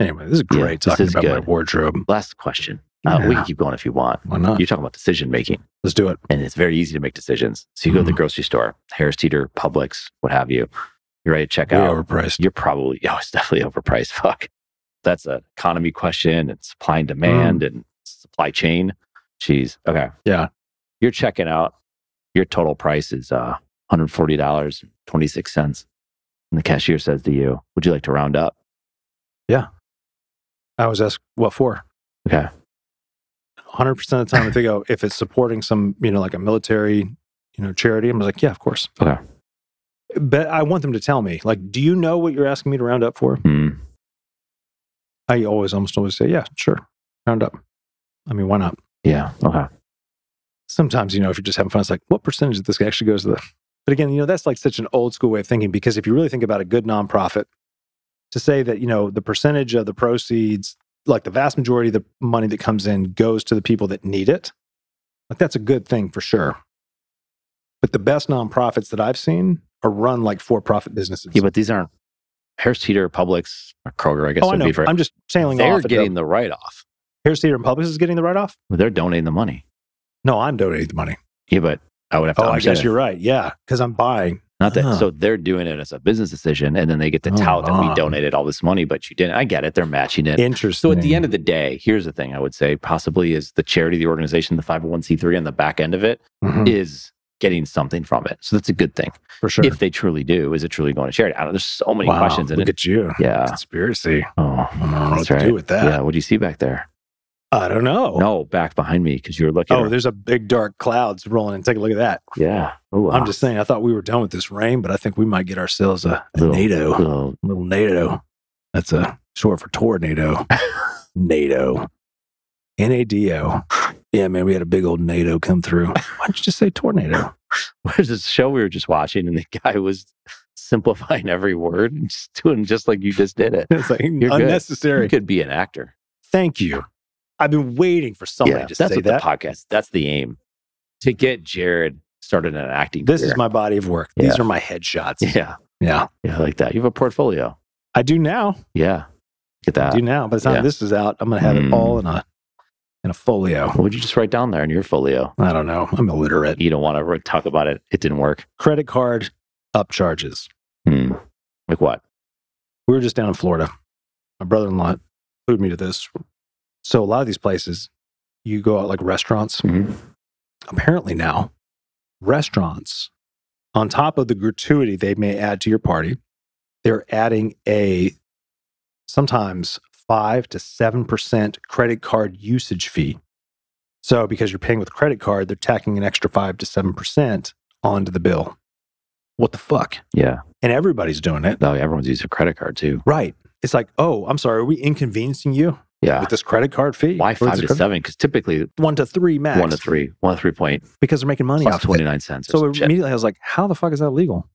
anyway this is Yeah, great this talking is about my good. wardrobe Last question. Uh, We Yeah. can keep going if you want. why not You're talking about decision making, Let's do it. and it's very easy to make decisions. So you go to the Mhm. grocery store, Harris Teeter, Publix, what have you. You're ready to check Way out. overpriced. You're probably, [LAUGHS] oh, it's definitely overpriced. Fuck. That's an economy question and supply and demand and supply chain. Jeez. Okay. Mm. Yeah. You're checking out. Your total price is uh, $140.26. And the cashier says to you, Would you like to round up? I was asked what for. Okay. 100 percent of the time, if they go, if it's supporting some, you know, like a military, you know, charity, I'm like, yeah, of course. Okay. But I want them to tell me, like, do you know what you're asking me to round up for? Hmm. I always, almost always say, yeah, sure, round up. I mean, why not? Yeah. Okay. Sometimes, you know, if you're just having fun, it's like, what percentage of this actually goes to the? But again, you know, that's like such an old school way of thinking because if you really think about a good nonprofit, to say that you know the percentage of the proceeds like the vast majority of the money that comes in goes to the people that need it like that's a good thing for sure but the best nonprofits that i've seen are run like for-profit businesses Yeah, but these aren't Harris Teeter, Publix, or Kroger, I guess oh i would know be for i'm just sailing They're off at getting the, the write off. harris theater and publix is getting the write-off They're donating the money. no i'm donating the money Yeah, but I would have to oh i understand guess you're right yeah because i'm buying Not that. Huh. So they're doing it as a business decision, and then they get to tout that Oh. we donated all this money, but you didn't. I get it. They're matching it. interesting so at the end of the day, here's the thing I would say possibly is the charity, the organization, the 501c3 on the back end of it is Mhm, getting something from it. So that's a good thing. for sure If they truly do, is it truly going to charity? I don't know. There's so many wow, questions in look it. at you yeah. conspiracy Oh, i don't know what That's to right. do with that yeah. What do you see back there? i don't know No, back behind me because you were looking. Oh, there's a big dark clouds rolling in. Take a look at that. yeah. Oh, I'm just saying, I thought we were done with this rain, but I think we might get ourselves a, a Little- NATO. little- Little NATO. That's a short for [LAUGHS] tornado. NATO. N-A-D-O. Yeah, man, we had a big old NATO come [LAUGHS] through. Why don't you just say tornado? There's this show we were just watching, and the [LAUGHS] guy was simplifying every word and just doing just like you just did it. It's like "Mm, good. unnecessary. You could be an actor. Thank you. I've been waiting for somebody to that's say what that. the podcast. That's the aim to get Jared started in an acting. This is career. my body of work. These are my [LAUGHS] headshots. yeah, Yeah. yeah, like that. You have a portfolio. I do now. Yeah, get I that. do now. By the time Uh, yeah. this is out, I'm gonna have it Mm. all in a in a folio. what would you just write down there in your folio? I don't know. I'm illiterate. You don't want to talk about it. It didn't work. credit card upcharges. Hmm. Like what? We were just down in Florida. My brother in law clued me to this. So, a lot of these places, you go out like restaurants. Mhm. Apparently, now restaurants, on top of the gratuity they may add to your party, they're adding a sometimes five to 7% credit card usage fee. So, because you're paying with credit card, they're tacking an extra five to 7% onto the bill. What the fuck? Yeah. And everybody's doing it. No, everyone's using a credit card too. Right. It's like, oh, I'm sorry, are we inconveniencing you Yeah. with this credit card fee? Why Or this five to credit- seven? Because typically One to three max. one to three, one to three point Because they're making money plus off of it. 29 cents. or So some shit. immediately I was like, how the fuck is that legal?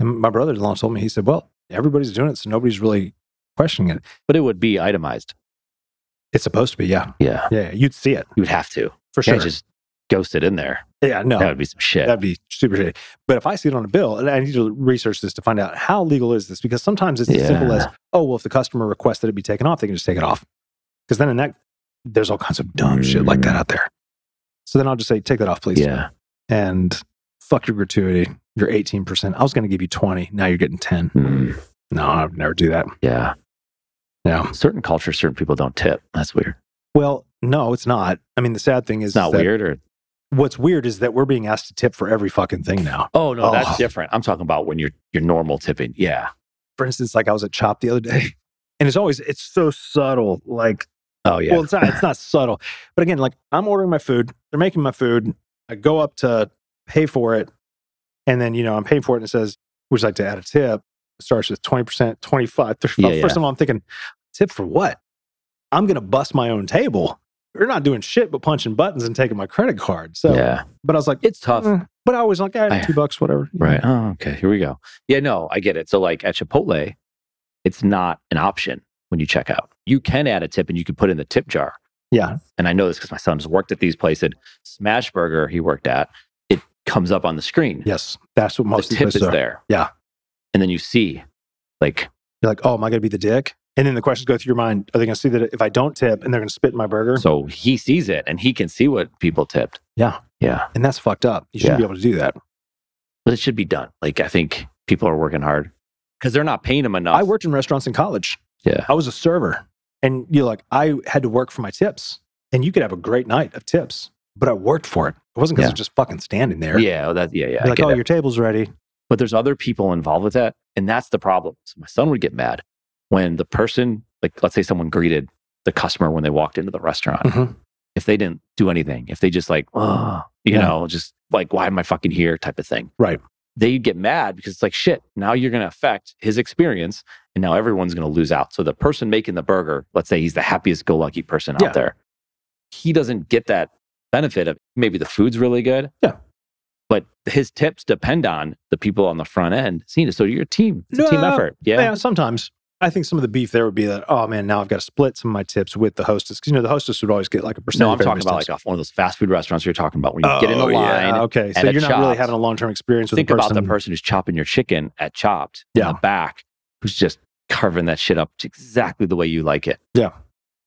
And my brother in law told me, he said, well, everybody's doing it, so nobody's really questioning it. But it would be itemized. It's supposed to be, yeah. Yeah. Yeah, you'd see it You would have to. for Can't sure. just ghost it in there. yeah, no, That would be some shit. That'd be super shitty. But if I see it on a bill, and I need to research this to find out how legal is this, because sometimes it's as simple as, oh, well, if the customer requests that it be taken off, they can just take it off. Because then in that, there's all kinds of dumb shit like that out there. So then I'll just say, take that off, please. Mm. yeah. And fuck your gratuity. You're 18%. I was going to give you 20. Now you're getting 10. Mm, No, I would never do that. yeah. No. Certain cultures, certain people don't tip. That's weird. Well, no, it's not. I mean, the sad thing is It's not that weird or what's weird is that we're being asked to tip for every fucking thing now. Oh no, Oh. that's different. I'm talking about when you're you're normal tipping. Yeah. for instance, like I was at Chop the other day, and it's always it's so subtle. Like, Oh yeah. well, it's not it's not subtle, but again, like I'm ordering my food, they're making my food. I go up to pay for it, and then you know I'm paying for it, and it says, "Would you like to add a tip?" It starts with twenty percent, twenty five, thirty Yeah, five. yeah. First of all, I'm thinking, tip for what? I'm gonna bust my own table. You're not doing shit but punching buttons and taking my credit card. So, yeah. but I was like, It's tough. "Eh," but I was like, I I- had two bucks, whatever. you know. Right. Oh, okay. Here we go. Yeah, no, I get it. So like at Chipotle, it's not an option when you check out. You can add a tip and you can put it in the tip jar. Yeah. And I know this because my son's worked at these places. Smashburger, he worked at, it comes up on the screen. Yes. That's what most the people tip is say. there. Yeah. And then you see, like, You're like, oh, am I going to be the dick? And then the questions go through your mind. Are they going to see that if I don't tip and they're going to spit in my burger? so he sees it and he can see what people tipped. Yeah. Yeah. and that's fucked up. You shouldn't be able to do that. But it should be done. Like, I think people are working hard because they're not paying him enough. I worked in restaurants in college. Yeah. I was a server. And you're like, I had to work for my tips. And you could have a great night of tips, but I worked for it. It wasn't because Yeah. I was just fucking standing there. Yeah. well, That, yeah. Yeah. You're I like, get oh, it. your table's ready. but there's other people involved with that and that's the problem so my son would get mad when the person like let's say someone greeted the customer when they walked into the restaurant Mhm. if they didn't do anything if they just like oh you Yeah. know just like why am i fucking here type of thing Right. they'd get mad because it's like shit now you're going to affect his experience and now everyone's going to lose out so the person making the burger let's say he's the happiest go lucky person Yeah. out there he doesn't get that benefit of maybe the food's really good Yeah. but his tips depend on the people on the front end seeing it. So you're a team. It's a team No. effort. Yeah. Yeah. sometimes. I think some of the beef there would be that, oh man, now I've got to split some of my tips with the hostess. Because, you know, the hostess would always get like a percentage. No, I'm of talking everybody's about tips. like off one of those fast food restaurants you're talking about when you get in a Oh, yeah. line. Okay. So at a you're not really Chopped. having a long term experience with Think the about person. the person who's chopping your chicken at Chopped in Yeah. the back, who's just carving that shit up to exactly the way you like it. Yeah.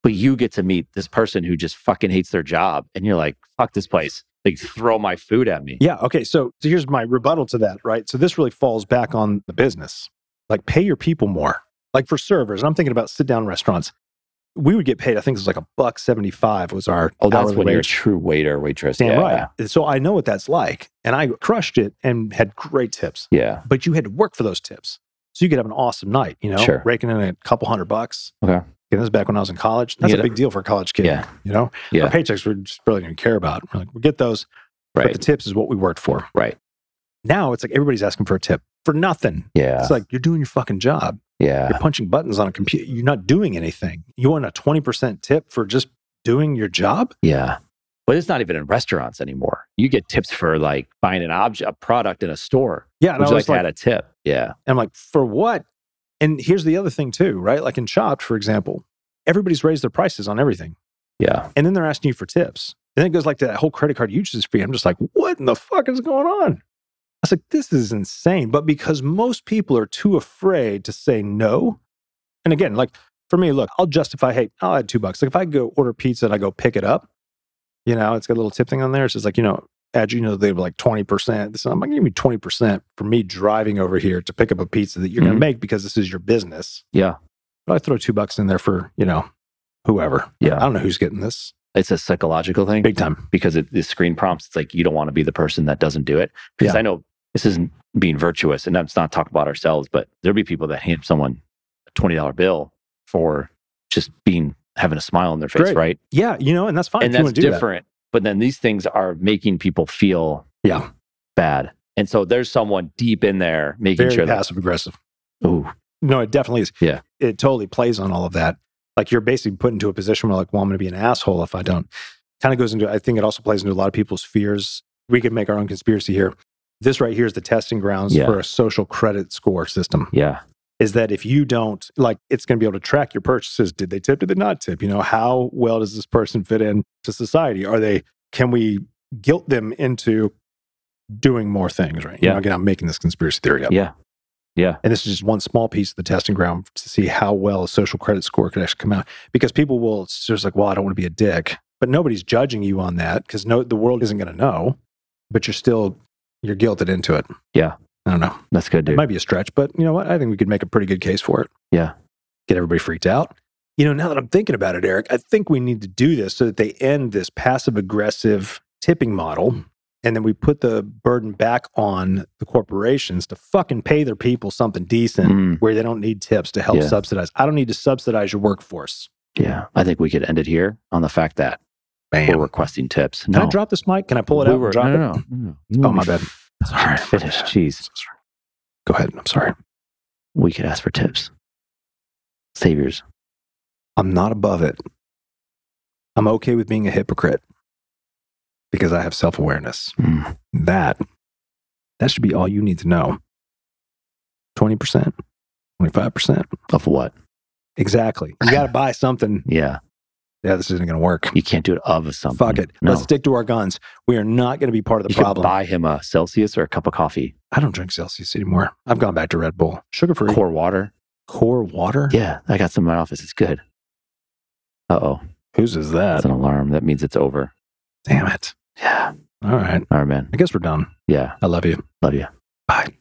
But you get to meet this person who just fucking hates their job and you're like, fuck this place. Like throw my food at me. Yeah. Okay. So, so here's my rebuttal to that, right? So this really falls back on the business. Like pay your people more. Like for servers, and I'm thinking about sit down restaurants. We would get paid, I think it was like a buck seventy five was our Oh, that's hourly when you're a wage. true waiter, waitress. Damn yeah. right. And So I know what that's like. And I crushed it and had great tips. Yeah. But you had to work for those tips. So you could have an awesome night, you know, Sure. raking in a couple hundred bucks. Okay. Again, this is back when I was in college. That's a Yeah. big deal for a college kid. Yeah. You know? Yeah. Our paychecks we just really didn't care about. We're like, we get those. But Right. the tips is what we worked for. Right. Now it's like everybody's asking for a tip for nothing. Yeah. It's like you're doing your fucking job. Yeah. You're punching buttons on a computer. You're not doing anything. You want a 20% tip for just doing your job? Yeah. But it's not even in restaurants anymore. You get tips for like buying an object, a product in a store. Yeah. And Would I you was like to like, add a tip? Yeah. I'm like, for what? And here's the other thing too, right? Like in Chopped, for example, everybody's raised their prices on everything. Yeah. And then they're asking you for tips. And then it goes like to that whole credit card usage fee. I'm just like, what in the fuck is going on? I was like, this is insane. But because most people are too afraid to say no. And again, like for me, look, I'll justify, hey, I'll add two bucks. Like if I go order pizza and I go pick it up, you know, it's got a little tip thing on there. It's just like, you know, add, you know, they were like 20%. So I'm like, give me 20% for me driving over here to pick up a pizza that you're going Mhm. to make because this is your business. Yeah. But I throw two bucks in there for, you know, whoever. I Yeah. don't know who's getting this. It's a psychological thing Big time. because it, the screen prompts, it's like you don't want to be the person that doesn't do it. Because Yeah. I know this isn't being virtuous and let's not talk about ourselves, but there'll be people that hand someone a $20 bill for just being having a smile on their face, Great. right? Yeah, you know, and that's fine. and if you that's wanna do that. different. But then these things are making people feel Yeah. bad. And so there's someone deep in there making Very sure that, passive aggressive. ooh, No, it definitely is. Yeah. It totally plays on all of that. Like you're basically put into a position where like, well, I'm gonna be an asshole if I don't. Kind of goes into I think it also plays into a lot of people's fears. We could make our own conspiracy here. This right here is the testing grounds Yeah. for a social credit score system. yeah, is that if you don't, like, it's going to be able to track your purchases. Did they tip? Did they not tip? You know, how well does this person fit in to society? Are they, can we guilt them into doing more things, right? You Yeah. know, again, I'm making this conspiracy theory up. Yeah. Yeah. And this is just one small piece of the testing ground to see how well a social credit score could actually come out. Because people will, it's just like, well, I don't want to be a dick. But nobody's judging you on that because no, the world isn't going to know, but you're still, you're guilted into it. Yeah. I don't know. That's good, It dude. might be a stretch, but you know what? I think we could make a pretty good case for it. Yeah. Get everybody freaked out. You know, now that I'm thinking about it, Eric, I think we need to do this so that they end this passive aggressive tipping model. And then we put the burden back on the corporations to fucking pay their people something decent Mm, where they don't need tips to help Yeah. subsidize. I don't need to subsidize your workforce. yeah. I think we could end it here on the fact that Bam. we're requesting tips. Can No. I drop this mic? Can I pull it We out? and were- drop no, it? no, no, no. Oh, my bad. [LAUGHS] [LAUGHS] Sorry. Finished. Jeez. Sorry. Go ahead. I'm sorry. We could ask for tips. Saviors. I'm not above it. I'm okay with being a hypocrite because I have self awareness. Mm. That that should be all you need to know. Twenty percent, twenty five percent, Of what? exactly. You got to buy something. Yeah. Yeah, this isn't going to work. You can't do it of something. Fuck it. No. Let's stick to our guns. We are not going to be part of the you could problem. buy him a Celsius or a cup of coffee, I don't drink Celsius anymore. I've gone back to Red Bull, sugar free, core. core water. water. Yeah, I got some in my office. It's good. Uh oh, Whose is that's that? an alarm. That means it's over. Damn it! Yeah. All right, All right, man. I guess we're done. Yeah. I love you. Love you. Bye.